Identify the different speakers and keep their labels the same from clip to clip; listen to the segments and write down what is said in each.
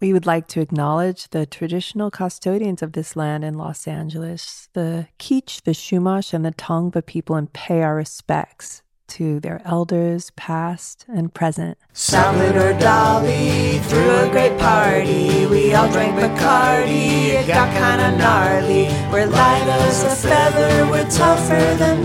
Speaker 1: We would like to acknowledge the traditional custodians of this land in Los Angeles, the Keech, the Shumash, and the Tongva people, and pay our respects to their elders, past and present.
Speaker 2: Salvador Dali threw a great party. We all drank Bacardi. It got kinda gnarly. We're light as a feather. We're tougher than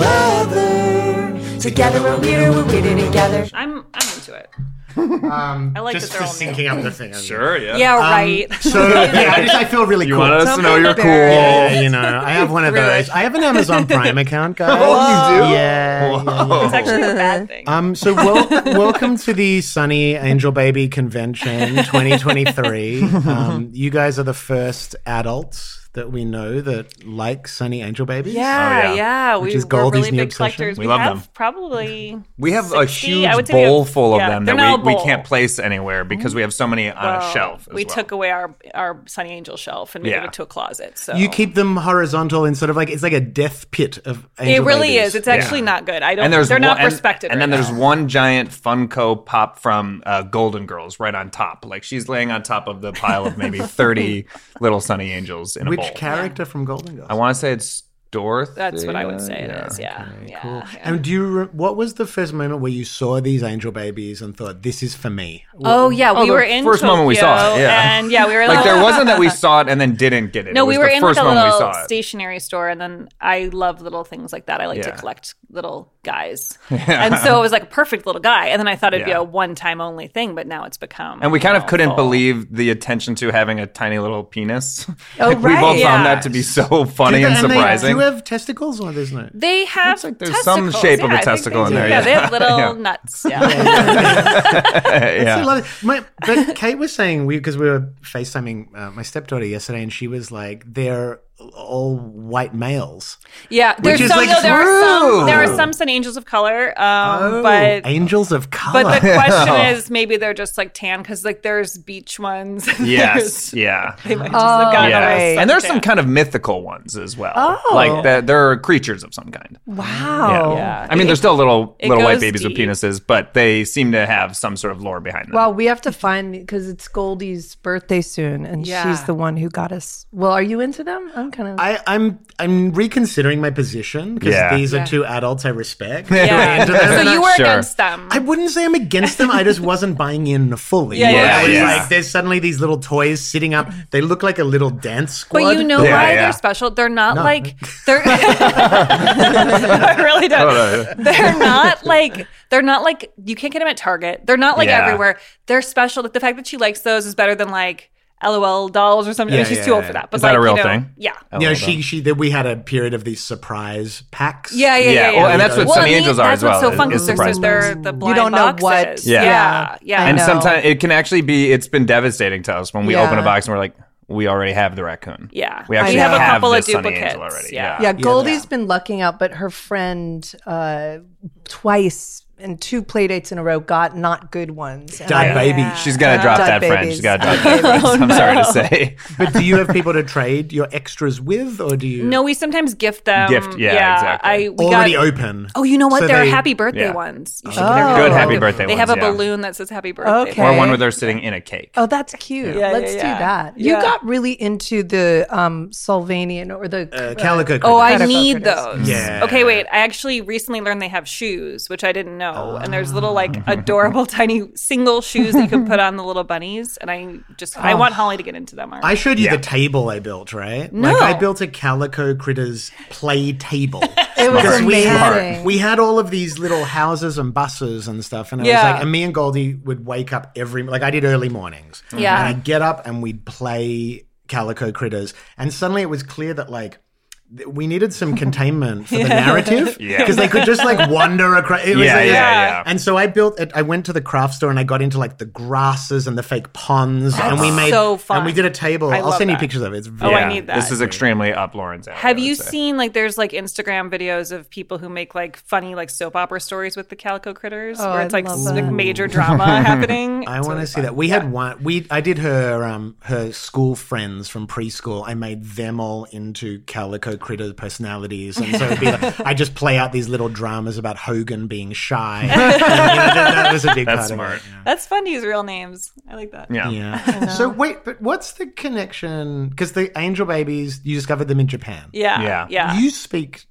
Speaker 2: leather. Together we're weirder. We're weirder together.
Speaker 3: I'm I'm into it.
Speaker 4: Um,
Speaker 3: I like
Speaker 4: just
Speaker 3: that they're
Speaker 4: for
Speaker 3: all
Speaker 4: syncing up the fans.
Speaker 5: Sure, yeah.
Speaker 3: Yeah,
Speaker 4: Um,
Speaker 3: right.
Speaker 4: So yeah, I just I feel really
Speaker 5: You
Speaker 4: cool.
Speaker 5: want us to know you're cool.
Speaker 4: Yeah, you know, I have one of
Speaker 3: Really?
Speaker 4: those. I have an Amazon Prime account, guys.
Speaker 5: Oh, you do?
Speaker 4: Yeah. yeah,
Speaker 5: Whoa.
Speaker 4: yeah.
Speaker 3: It's actually a bad thing.
Speaker 4: Um, so wel- welcome to the Sunny Angel Baby Convention 2023. Um, you guys are the first adults that we know that like Sunny Angel Babies.
Speaker 3: yeah,
Speaker 5: Oh, yeah.
Speaker 3: yeah.
Speaker 4: Which
Speaker 3: We,
Speaker 4: is
Speaker 3: we're
Speaker 4: Goldie's
Speaker 3: really
Speaker 4: new
Speaker 3: big
Speaker 4: obsession.
Speaker 3: collectors.
Speaker 5: We love
Speaker 3: have
Speaker 5: them.
Speaker 3: probably
Speaker 5: We have
Speaker 3: 60
Speaker 5: a
Speaker 3: I would
Speaker 5: huge
Speaker 3: say we have-
Speaker 5: bowl full of
Speaker 3: yeah,
Speaker 5: them
Speaker 3: they're not
Speaker 5: that
Speaker 3: a
Speaker 5: we, we
Speaker 3: bowl.
Speaker 5: can't place anywhere because we have so many on a
Speaker 3: Well,
Speaker 5: shelf. As
Speaker 3: we
Speaker 5: well.
Speaker 3: took away our our Sunny Angel shelf and we
Speaker 5: Yeah.
Speaker 3: gave it to a closet. So
Speaker 4: You keep them horizontal and sort of like it's like a death pit of
Speaker 3: it
Speaker 4: angel
Speaker 3: really
Speaker 4: babies.
Speaker 3: is. It's actually
Speaker 4: Yeah.
Speaker 3: not good. I don't.
Speaker 5: and there's
Speaker 3: they're not
Speaker 5: one- and-
Speaker 3: respected.
Speaker 5: And,
Speaker 3: right
Speaker 5: then there's
Speaker 3: now.
Speaker 5: one giant Funko Pop from uh, Golden Girls right on top. Like she's laying on top of the pile of maybe 30 little Sunny Angels in a
Speaker 4: Which
Speaker 5: bowl.
Speaker 4: character from Golden Girls?
Speaker 5: I want to say it's Dorothy.
Speaker 3: That's what I would say it is. Yeah. yeah.
Speaker 4: Cool.
Speaker 3: yeah.
Speaker 4: And do you? Re- what was the first moment where you saw these angel babies and thought, "This is for me"?
Speaker 3: Oh yeah,
Speaker 5: Oh,
Speaker 3: we
Speaker 5: the
Speaker 3: were in
Speaker 5: first
Speaker 3: Tokyo,
Speaker 5: moment we saw it, yeah.
Speaker 3: and yeah, we were
Speaker 5: Like there wasn't that we saw it and then didn't get it.
Speaker 3: No,
Speaker 5: It was
Speaker 3: we were
Speaker 5: the
Speaker 3: in like
Speaker 5: first
Speaker 3: a
Speaker 5: moment
Speaker 3: little
Speaker 5: we saw it.
Speaker 3: stationery store, and then I love little things like that. I like to
Speaker 5: Yeah.
Speaker 3: collect little guys, and so it was like a perfect little guy. And then I thought it'd
Speaker 5: Yeah.
Speaker 3: be a one-time only thing, but now it's become.
Speaker 5: And we kind of
Speaker 3: you know,
Speaker 5: couldn't
Speaker 3: full.
Speaker 5: believe the attention to having a tiny little penis.
Speaker 1: Oh,
Speaker 5: like, We
Speaker 1: right.
Speaker 5: both
Speaker 3: Yeah.
Speaker 5: found that to be
Speaker 4: Do
Speaker 5: so funny
Speaker 4: the-
Speaker 5: and
Speaker 4: and they- do
Speaker 5: surprising.
Speaker 4: you have testicles or there's no?
Speaker 3: They have
Speaker 5: Looks like there's some
Speaker 3: testicles.
Speaker 5: shape of
Speaker 3: Yeah,
Speaker 5: a
Speaker 3: I think
Speaker 5: testicle
Speaker 3: they
Speaker 5: in
Speaker 3: do.
Speaker 5: there,
Speaker 3: Yeah,
Speaker 5: yeah.
Speaker 3: they have little
Speaker 5: Yeah.
Speaker 3: nuts. Yeah,
Speaker 5: yeah.
Speaker 4: I love it. My, but Kate was saying we because we were facetiming uh, my stepdaughter yesterday, and she was like, "They're all white males,
Speaker 3: yeah. There's
Speaker 4: is,
Speaker 3: some.
Speaker 4: like,
Speaker 3: no, there are
Speaker 5: true.
Speaker 3: some. There are some Sun Angels of Color, um,
Speaker 4: Oh,
Speaker 3: but
Speaker 4: angels of color."
Speaker 3: But the question is, maybe they're just like tan because like there's beach ones.
Speaker 5: Yes. Yeah.
Speaker 3: They might just have gotten
Speaker 5: Yeah.
Speaker 3: away with
Speaker 5: And there's some
Speaker 3: tan.
Speaker 5: kind of mythical ones as well.
Speaker 1: Oh.
Speaker 5: Like that there are creatures of some kind.
Speaker 1: Wow.
Speaker 3: Yeah.
Speaker 5: I mean, they're still little
Speaker 3: it
Speaker 5: little white
Speaker 3: goes
Speaker 5: babies with
Speaker 3: deep.
Speaker 5: penises, but they seem to have some sort of lore behind them.
Speaker 1: Wow, we have to find because it's Goldie's birthday soon, and
Speaker 3: Yeah.
Speaker 1: she's the one who got us. Well, are you into them? I'm kind of.
Speaker 4: I, I'm I'm reconsidering my position because
Speaker 5: Yeah.
Speaker 4: these are two adults I respect.
Speaker 3: Yeah.
Speaker 4: And they're
Speaker 3: so
Speaker 4: not-
Speaker 3: you were
Speaker 5: Sure.
Speaker 3: against them.
Speaker 4: I wouldn't say I'm against them. I just wasn't buying in fully.
Speaker 3: Yeah,
Speaker 4: Like,
Speaker 3: yeah,
Speaker 4: I was
Speaker 5: yeah.
Speaker 4: like, there's suddenly these little toys sitting up. They look like a little dance squad.
Speaker 3: But you know
Speaker 5: Yeah,
Speaker 3: why
Speaker 5: yeah.
Speaker 3: they're special? They're not like they're. I really don't.
Speaker 5: Oh,
Speaker 3: They're not like they're not like you can't get them at Target. They're not like
Speaker 5: Yeah.
Speaker 3: everywhere. They're special. Like the fact that she likes those is better than like LOL dolls or something. I mean,
Speaker 4: Yeah,
Speaker 3: she's
Speaker 4: yeah,
Speaker 3: too old
Speaker 4: yeah.
Speaker 3: for that. But
Speaker 5: Is that
Speaker 3: like,
Speaker 5: a real
Speaker 3: you know,
Speaker 5: thing?
Speaker 3: Yeah.
Speaker 4: Yeah, she she that we had a period of these surprise packs.
Speaker 3: Yeah, yeah, yeah,
Speaker 5: Yeah,
Speaker 3: yeah.
Speaker 5: well, and that's what
Speaker 3: well,
Speaker 5: Sunny
Speaker 3: I mean,
Speaker 5: Angels are
Speaker 3: that's
Speaker 5: as well,
Speaker 3: What's so
Speaker 5: is-
Speaker 3: fun
Speaker 5: is
Speaker 3: because they're,
Speaker 5: surprise
Speaker 3: they're the blind
Speaker 1: don't know what-
Speaker 3: boxes.
Speaker 5: Yeah.
Speaker 3: yeah, yeah.
Speaker 1: I
Speaker 5: and
Speaker 1: know.
Speaker 5: sometimes it can actually be it's been devastating to us when we
Speaker 1: Yeah.
Speaker 5: open a box and we're like, we already have the raccoon.
Speaker 3: Yeah.
Speaker 5: We
Speaker 3: I
Speaker 5: actually
Speaker 1: know.
Speaker 5: have,
Speaker 1: We have a
Speaker 3: couple
Speaker 5: the
Speaker 3: of
Speaker 5: Sunny
Speaker 3: duplicates,
Speaker 5: Angel already.
Speaker 3: yeah.
Speaker 5: Yeah.
Speaker 1: yeah, Goldie's been lucking out, but her friend uh, twice and two playdates in a row got not good ones. And
Speaker 4: Dad
Speaker 1: I-
Speaker 4: baby.
Speaker 5: She's
Speaker 3: Uh,
Speaker 5: got to drop
Speaker 1: Dud
Speaker 5: that friend.
Speaker 1: babies.
Speaker 5: She's got to drop
Speaker 3: Oh,
Speaker 5: that friend. I'm sorry to say.
Speaker 4: But do you have people to trade your extras with, or do you
Speaker 3: No, we sometimes gift them.
Speaker 5: Gift, yeah, exactly.
Speaker 3: I we
Speaker 4: already
Speaker 3: got,
Speaker 4: open?
Speaker 3: Oh, you know what?
Speaker 4: So
Speaker 3: there
Speaker 4: they-
Speaker 3: are happy birthday
Speaker 5: yeah.
Speaker 3: ones. You should get a
Speaker 1: Oh.
Speaker 3: real
Speaker 1: Good
Speaker 3: one.
Speaker 1: happy
Speaker 5: birthday
Speaker 3: They have
Speaker 5: ones,
Speaker 3: a
Speaker 5: yeah.
Speaker 3: balloon that says happy birthday.
Speaker 1: Okay.
Speaker 5: Or one where they're sitting in a cake.
Speaker 1: Oh, that's cute.
Speaker 3: Yeah, yeah,
Speaker 1: Let's do
Speaker 3: yeah.
Speaker 1: that. You
Speaker 3: Yeah.
Speaker 1: got really into the um, Sylvanian or the.
Speaker 4: Uh, calico.
Speaker 3: Oh, I
Speaker 1: Better
Speaker 3: need
Speaker 1: focus.
Speaker 3: those.
Speaker 4: Yeah.
Speaker 3: Okay, wait. I actually recently learned they have shoes, which I didn't no. And there's little like adorable tiny single shoes that you can put on the little bunnies. And I just
Speaker 2: Oh.
Speaker 3: I want Holly to get into them.
Speaker 4: I showed you the table I built, right?
Speaker 3: No.
Speaker 4: Like I built a Calico Critters play table.
Speaker 2: It was
Speaker 4: Because we
Speaker 2: amazing.
Speaker 4: had, we had all of these little houses and buses and stuff, and it
Speaker 3: Yeah.
Speaker 4: was like, and me and Goldie would wake up every like I did early mornings,
Speaker 3: Yeah.
Speaker 4: and I'd get up and we'd play Calico Critters, and suddenly it was clear that like. th- We needed some containment for the narrative
Speaker 5: Yeah.
Speaker 4: because they could just like wander across. It was
Speaker 5: Yeah,
Speaker 4: like-
Speaker 5: yeah, yeah.
Speaker 4: And so I built. it- I went to the craft store and I got into like the grasses and the fake ponds, and we made
Speaker 3: so fun.
Speaker 4: and we did a table.
Speaker 3: I
Speaker 4: I'll
Speaker 3: love
Speaker 4: send you
Speaker 3: that.
Speaker 4: pictures of it. It's very
Speaker 3: Oh, I need that.
Speaker 5: This is extremely up Lauren's alley.
Speaker 3: Have
Speaker 5: I would
Speaker 3: you
Speaker 5: say.
Speaker 3: seen like there's like Instagram videos of people who make like funny like soap opera stories with the calico critters
Speaker 2: Oh,
Speaker 3: where
Speaker 2: I
Speaker 3: it's like
Speaker 2: love
Speaker 3: s-
Speaker 2: that.
Speaker 3: like, major drama happening?
Speaker 4: I want to see that. We had one. We I did her um her school friends from preschool. I made them all into calico critter personalities, and so it'd be like, I just play out these little dramas about Hogan being shy. And, you know, that, that was a big part
Speaker 5: That's smart.
Speaker 4: of it.
Speaker 3: That's fun to use real names. I like that.
Speaker 5: Yeah.
Speaker 4: Yeah. So wait, but what's the connection? Because the angel babies, you discovered them in Japan.
Speaker 3: Yeah.
Speaker 5: Yeah.
Speaker 3: Yeah.
Speaker 4: You speak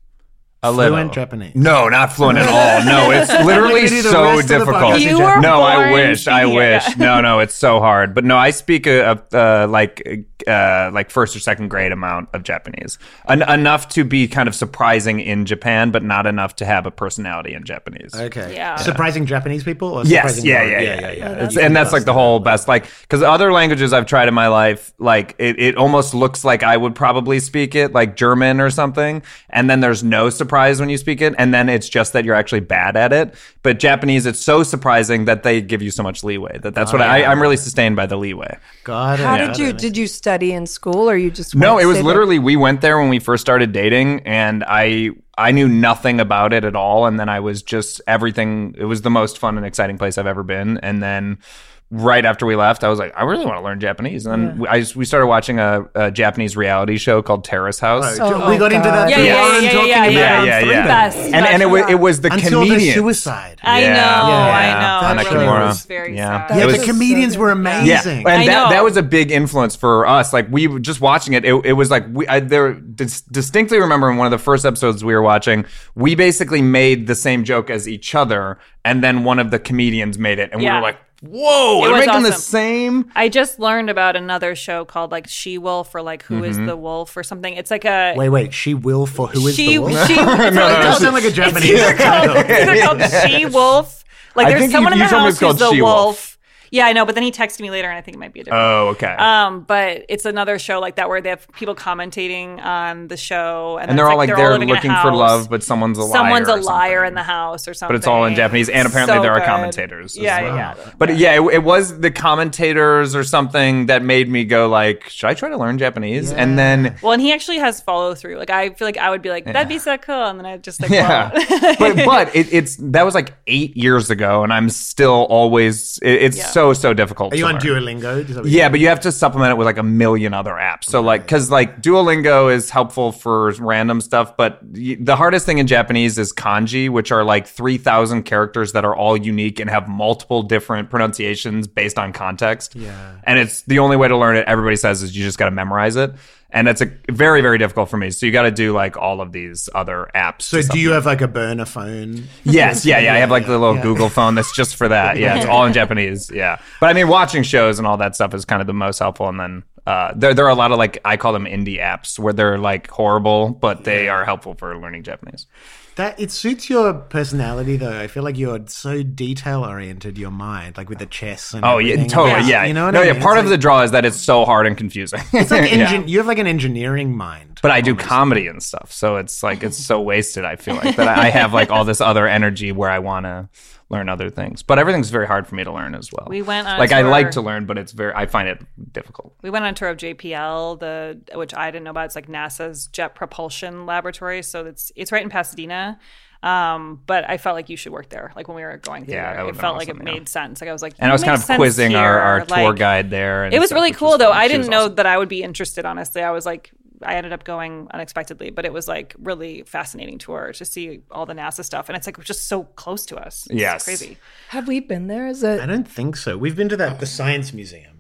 Speaker 5: A little.
Speaker 4: fluent Japanese.
Speaker 5: No, not fluent at all. No, it's literally
Speaker 4: Look at you, the
Speaker 5: so
Speaker 4: rest of the
Speaker 5: difficult.
Speaker 4: podcast is
Speaker 3: You were
Speaker 5: no, I
Speaker 3: born
Speaker 5: wish.
Speaker 3: to
Speaker 5: I
Speaker 3: be here.
Speaker 5: wish. No, no, it's so hard. But no, I speak a, a uh, like uh, like first or second grade amount of Japanese, en- enough to be kind of surprising in Japan, but not enough to have a personality in Japanese.
Speaker 4: Okay.
Speaker 3: Yeah.
Speaker 4: Surprising Japanese people? Or
Speaker 5: Yes,
Speaker 4: surprising
Speaker 5: yeah,
Speaker 4: foreign-
Speaker 5: yeah, yeah, yeah, yeah. It's-
Speaker 4: You can
Speaker 5: and that's like
Speaker 4: bust
Speaker 5: the
Speaker 4: it.
Speaker 5: whole best, like, because other languages I've tried in my life, like, it, it almost looks like I would probably speak it, like German or something. And then there's no surprise when you speak it. And then it's just that you're actually bad at it. But Japanese, it's so surprising that they give you so much leeway that that's what I, I'm really sustained by the leeway.
Speaker 4: Got it.
Speaker 2: How
Speaker 4: got
Speaker 2: did you
Speaker 4: it.
Speaker 2: did you study in school or you just
Speaker 5: No,
Speaker 2: went
Speaker 5: it was
Speaker 2: sit-
Speaker 5: literally we went there when we first started dating, and I I knew nothing about it at all, and then I was just everything. It was the most fun and exciting place I've ever been, and then. Right after we left, I was like, I really want to learn Japanese, and then we I, we started watching a, a Japanese reality show called Terrace House.
Speaker 2: Oh
Speaker 4: we got
Speaker 2: my
Speaker 4: into that.
Speaker 2: God.
Speaker 3: Yeah,
Speaker 4: through
Speaker 3: yeah,
Speaker 4: Lauren
Speaker 3: yeah,
Speaker 4: talking
Speaker 3: yeah,
Speaker 4: about
Speaker 3: yeah,
Speaker 4: it on
Speaker 3: yeah,
Speaker 4: Three
Speaker 3: yeah.
Speaker 4: Days.
Speaker 3: Best
Speaker 5: and and it was it was the
Speaker 4: Until the
Speaker 5: comedian.
Speaker 4: suicide.
Speaker 3: I know,
Speaker 4: Yeah.
Speaker 3: I know.
Speaker 4: That's
Speaker 3: It really
Speaker 4: Kimura.
Speaker 3: was very
Speaker 5: Yeah.
Speaker 3: sad.
Speaker 4: yeah,
Speaker 5: It
Speaker 4: the
Speaker 5: was-
Speaker 4: comedians were
Speaker 5: Yeah,
Speaker 4: amazing.
Speaker 5: and
Speaker 3: I
Speaker 5: that,
Speaker 3: know.
Speaker 5: that was a big influence for us. Like we were just watching it, it, it was like we I there dis- distinctly remember in one of the first episodes we were watching, we basically made the same joke as each other, and then one of the comedians made it, and we
Speaker 3: Yeah.
Speaker 5: were like, "Whoa,
Speaker 3: It
Speaker 5: they're
Speaker 3: was
Speaker 5: making the
Speaker 3: awesome.
Speaker 5: same."
Speaker 3: I just learned about another show called like She Wolf or like Who Is
Speaker 5: Mm-hmm.
Speaker 3: the Wolf or something. It's like a
Speaker 4: Wait, wait. She will for who is
Speaker 3: she
Speaker 4: the wolf?
Speaker 3: she it's called-
Speaker 4: That does sound like a
Speaker 3: It's
Speaker 4: Japanese.
Speaker 3: either called, it's either called She Wolf. Like
Speaker 5: I
Speaker 3: there's
Speaker 5: think
Speaker 3: someone
Speaker 5: you-
Speaker 3: in
Speaker 5: you
Speaker 3: the
Speaker 5: told me
Speaker 3: house
Speaker 5: it's called
Speaker 3: who's the
Speaker 5: She
Speaker 3: wolf.
Speaker 5: Wolf.
Speaker 3: Yeah, I know, but then he texted me later, and I think it might be a different.
Speaker 5: Oh, okay.
Speaker 3: Um, but Uh, it's another show like that where they have people commentating on the show, and,
Speaker 5: and they're
Speaker 3: it's
Speaker 5: all like,
Speaker 3: all
Speaker 5: they're,
Speaker 3: living in a
Speaker 5: looking for
Speaker 3: house.
Speaker 5: love, but someone's a liar.
Speaker 3: Someone's
Speaker 5: or
Speaker 3: a liar
Speaker 5: something.
Speaker 3: in the house or something.
Speaker 5: but it's all in Japanese, and apparently
Speaker 3: So
Speaker 5: there are
Speaker 3: good.
Speaker 5: commentators. as
Speaker 3: Yeah,
Speaker 5: well.
Speaker 3: yeah, yeah.
Speaker 5: But yeah, it, it was the commentators or something that made me go like, "Should I try to learn Japanese?" And then
Speaker 3: Well, and he actually has follow through. Like I feel like I would be like, that'd be so cool, and then I just like,
Speaker 5: Yeah,
Speaker 3: well.
Speaker 5: but but it, it's that was like eight years ago, and I'm still always it, it's so so difficult.
Speaker 4: Are you
Speaker 5: to
Speaker 4: on
Speaker 5: learn.
Speaker 4: Duolingo? Is that what you-
Speaker 5: Yeah, but you have to supplement it with like a million other apps. So like, because like Duolingo is helpful for random stuff, but y- the hardest thing in Japanese is kanji, which are like three thousand characters that are all unique and have multiple different pronunciations based on context. Yeah, and it's the only way to learn it. Everybody says is you just got to memorize it, and it's a very very difficult for me. So you got to do like all of these other apps.
Speaker 4: So do you have like a burner phone?
Speaker 5: Yes, yeah, yeah. I have like the little
Speaker 4: Yeah.
Speaker 5: Google phone that's just for that. Yeah, it's all in Japanese. Yeah, but I mean, watching shows and all that stuff is kind of the most helpful. And then uh, there, there are a lot of like I call them indie apps where they're like horrible, but they are helpful for learning Japanese.
Speaker 4: That it suits your personality though. I feel like you're so detail oriented. Your mind, like with the chess and
Speaker 5: Oh yeah,
Speaker 4: everything.
Speaker 5: totally. Yeah,
Speaker 4: you know what
Speaker 5: no,
Speaker 4: I mean?
Speaker 5: yeah. Part
Speaker 4: It's
Speaker 5: of the
Speaker 4: like-
Speaker 5: draw is that it's so hard and confusing.
Speaker 4: it's like engin- you have like an engineering mind.
Speaker 5: But I do comedy and stuff, so it's like it's so wasted. I feel like that I I have like all this other energy where I want to learn other things, but everything's very hard for me to learn as well.
Speaker 3: We went on a
Speaker 5: like I like
Speaker 3: tour.
Speaker 5: to learn, but it's very I find it difficult.
Speaker 3: We went on a tour of JPL, the which I didn't know about. It's like NASA's Jet Propulsion Laboratory, so it's it's right in Pasadena. Um, but I felt like you should work there. Like when we were going through,
Speaker 5: Yeah, that
Speaker 3: there, it
Speaker 5: would've been
Speaker 3: felt like
Speaker 5: awesome,
Speaker 3: it
Speaker 5: yeah.
Speaker 3: made sense. Like I was like,
Speaker 5: and I was
Speaker 3: "It
Speaker 5: kind
Speaker 3: makes
Speaker 5: of
Speaker 3: sense
Speaker 5: quizzing our, our
Speaker 3: here."
Speaker 5: tour
Speaker 3: Like,
Speaker 5: guide there. And
Speaker 3: It was
Speaker 5: stuff,
Speaker 3: really
Speaker 5: which
Speaker 3: cool though.
Speaker 5: fun.
Speaker 3: I
Speaker 5: She
Speaker 3: didn't
Speaker 5: was
Speaker 3: know
Speaker 5: awesome.
Speaker 3: that I would be interested. Honestly, I was like, I ended up going unexpectedly, but it was like really fascinating tour to see all the NASA stuff, and it's like just so close to us. It's
Speaker 5: Yes.
Speaker 3: crazy.
Speaker 2: Have we been there? Is
Speaker 4: I
Speaker 2: it
Speaker 4: don't think so. We've been to that the science museum.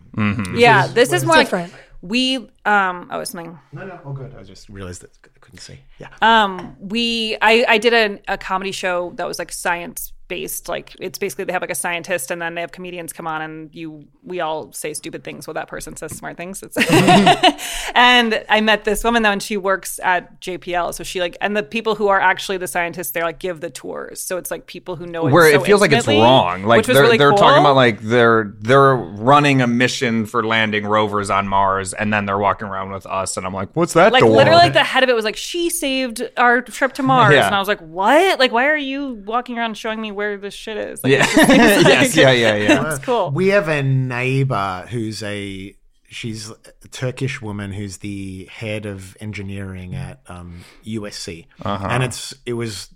Speaker 3: Yeah, this is more
Speaker 2: different.
Speaker 3: like we. Um, oh, it's something.
Speaker 4: No, no, all good. I just realized that I couldn't see. Yeah.
Speaker 3: Um, we I I did a, a comedy show that was like science based like it's basically they have like a scientist and then they have comedians come on and you we all say stupid things while that person says smart things it's and i met this woman though and she works at jpl so she like and the people who are actually the scientists they're like give the tours so it's like people who know it
Speaker 5: where
Speaker 3: so
Speaker 5: it feels like it's
Speaker 3: intimately,
Speaker 5: wrong. Like
Speaker 3: which was
Speaker 5: they're
Speaker 3: really
Speaker 5: they're
Speaker 3: cool.
Speaker 5: talking about like they're they're running a mission for landing rovers on Mars, and then they're walking around with us, and I'm like, what's that?
Speaker 3: like
Speaker 5: door?
Speaker 3: literally like the head of it was like she saved our trip to mars
Speaker 5: Yeah.
Speaker 3: and i was like what like why are you walking around showing me where this shit is like,
Speaker 5: yeah, yes, yeah, yeah, yeah.
Speaker 3: it's cool
Speaker 4: Uh, We have a neighbor who's a she's a Turkish woman who's the head of engineering at um, USC, and it's it was.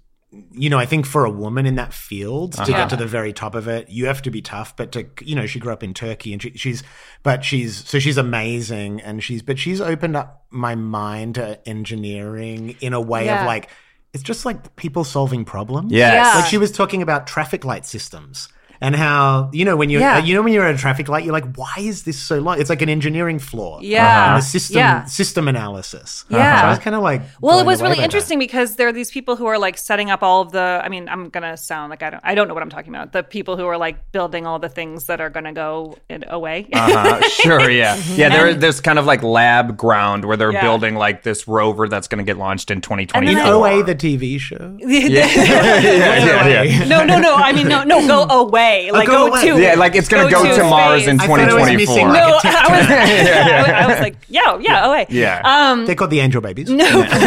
Speaker 4: You know, I think for a woman in that field to get to the very top of it, you have to be tough. But to you know, she grew up in Turkey, and she, she's but she's so she's amazing, and she's but she's opened up my mind to engineering in a way
Speaker 3: Yeah.
Speaker 4: of like it's just like people solving problems.
Speaker 5: Yes.
Speaker 3: Uh.
Speaker 4: Like she was talking about traffic light systems and how you know when you're
Speaker 3: Yeah.
Speaker 4: you know when you're at a traffic light, you're like, why is this so long? It's like an engineering
Speaker 5: Uh-huh.
Speaker 4: flaw.
Speaker 3: Yeah.
Speaker 4: And a system
Speaker 3: Yeah.
Speaker 4: system analysis.
Speaker 3: Yeah.
Speaker 4: So I was kind of like,
Speaker 3: Well, it
Speaker 4: blown
Speaker 3: was
Speaker 4: away
Speaker 3: really
Speaker 4: by
Speaker 3: interesting because there are these people who are like setting up all of the. I mean, I'm gonna sound like I don't. I don't know what I'm talking about. The people who are like building all the things that are gonna go in, away.
Speaker 5: Uh-huh. Sure, yeah, yeah. There, there's kind of like lab ground where they're
Speaker 3: Yeah.
Speaker 5: building like this rover that's going to get launched in
Speaker 4: that.
Speaker 5: 2020.
Speaker 4: In OA, the TV show.
Speaker 5: yeah, yeah, yeah, yeah.
Speaker 3: no, no, no. I mean, no, no. Go away. Like
Speaker 4: go
Speaker 3: go,
Speaker 4: away.
Speaker 3: to.
Speaker 5: Oh, Yeah, like it's going to
Speaker 3: Go
Speaker 5: go,
Speaker 3: to
Speaker 5: to Mars in
Speaker 3: space. I thought
Speaker 4: I thought I was
Speaker 5: 2024.
Speaker 4: missing like
Speaker 3: no,
Speaker 4: a
Speaker 3: I
Speaker 4: TikTok.
Speaker 3: was, I was like, yeah, yeah, away.
Speaker 5: Yeah.
Speaker 3: Um,
Speaker 4: They're called the Angel Babies.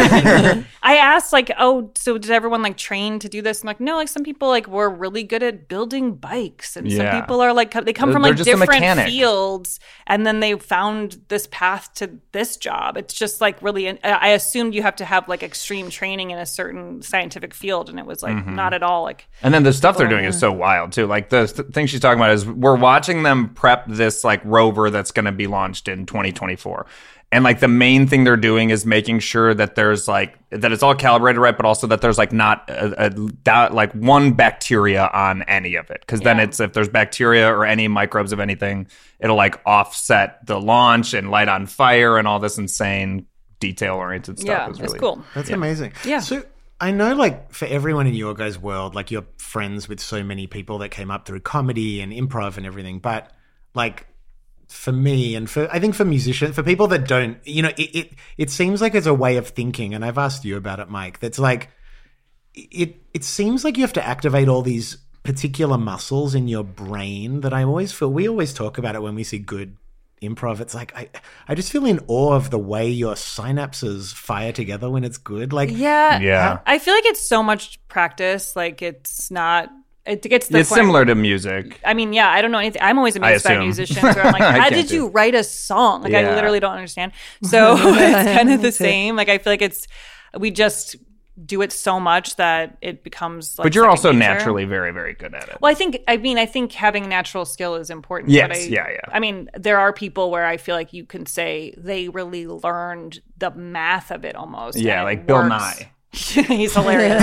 Speaker 3: I asked like, oh, so did everyone like train to do this? I'm like, no, like some people like were really good at building bikes, and
Speaker 5: Yeah.
Speaker 3: some people are like co- they come
Speaker 5: They're-
Speaker 3: from
Speaker 5: they're
Speaker 3: like
Speaker 5: just a
Speaker 3: different
Speaker 5: mechanic.
Speaker 3: fields, and then they found this path to this job. It's just like really, an, I I assumed you have to have like extreme training in a certain scientific field, and it was like
Speaker 5: Mm-hmm.
Speaker 3: not at all like
Speaker 5: And then the stuff they're doing is so wild too. Like the th- thing she's talking about is we're watching them prep this like rover that's going to be launched in 2024. And like the main thing they're doing is making sure that there's like that it's all calibrated right, but also that there's like not a, a doubt, like one bacteria on any of it, because then it's if there's bacteria or any microbes of anything, it'll like offset the launch and light on fire and all this insane detail oriented stuff.
Speaker 3: yeah,
Speaker 5: is
Speaker 3: it's
Speaker 5: really-
Speaker 3: cool.
Speaker 4: That's amazing.
Speaker 3: Yeah.
Speaker 4: So I know, like, for everyone in your guys' world, like, you're friends with so many people that came up through comedy and improv and everything. But, like, for me and for I think for musicians, for people that don't, you know, it, it it seems like it's a way of thinking, and I've asked you about it, Mike. That's like it it seems like you have to activate all these particular muscles in your brain that I always feel we always talk about it when we see good improv it's like I I just feel in awe of the way your synapses fire together when it's good like
Speaker 3: Yeah,
Speaker 5: Yeah.
Speaker 3: I feel like it's so much practice. Like it's not. It gets to the
Speaker 5: It's
Speaker 3: point-
Speaker 5: similar to music.
Speaker 3: I mean, yeah, I don't know anything. I'm always amazed by
Speaker 5: assume.
Speaker 3: musicians where I'm like,
Speaker 5: I
Speaker 3: how
Speaker 5: can't
Speaker 3: did
Speaker 5: do
Speaker 3: you write a song? Like,
Speaker 5: Yeah.
Speaker 3: I literally don't understand. So it's kind of the same. Like, I feel like it's, we just do it so much that it becomes like.
Speaker 5: But you're
Speaker 3: second
Speaker 5: also
Speaker 3: nature.
Speaker 5: naturally very, very good at it.
Speaker 3: Well, I think, I mean, I think having natural skill is important.
Speaker 5: Yes,
Speaker 3: but I,
Speaker 5: yeah, yeah.
Speaker 3: I mean, there are people where I feel like you can say they really learned the math of it almost.
Speaker 5: Yeah,
Speaker 3: and it
Speaker 5: like Bill
Speaker 3: works.
Speaker 5: Nye.
Speaker 3: He's hilarious.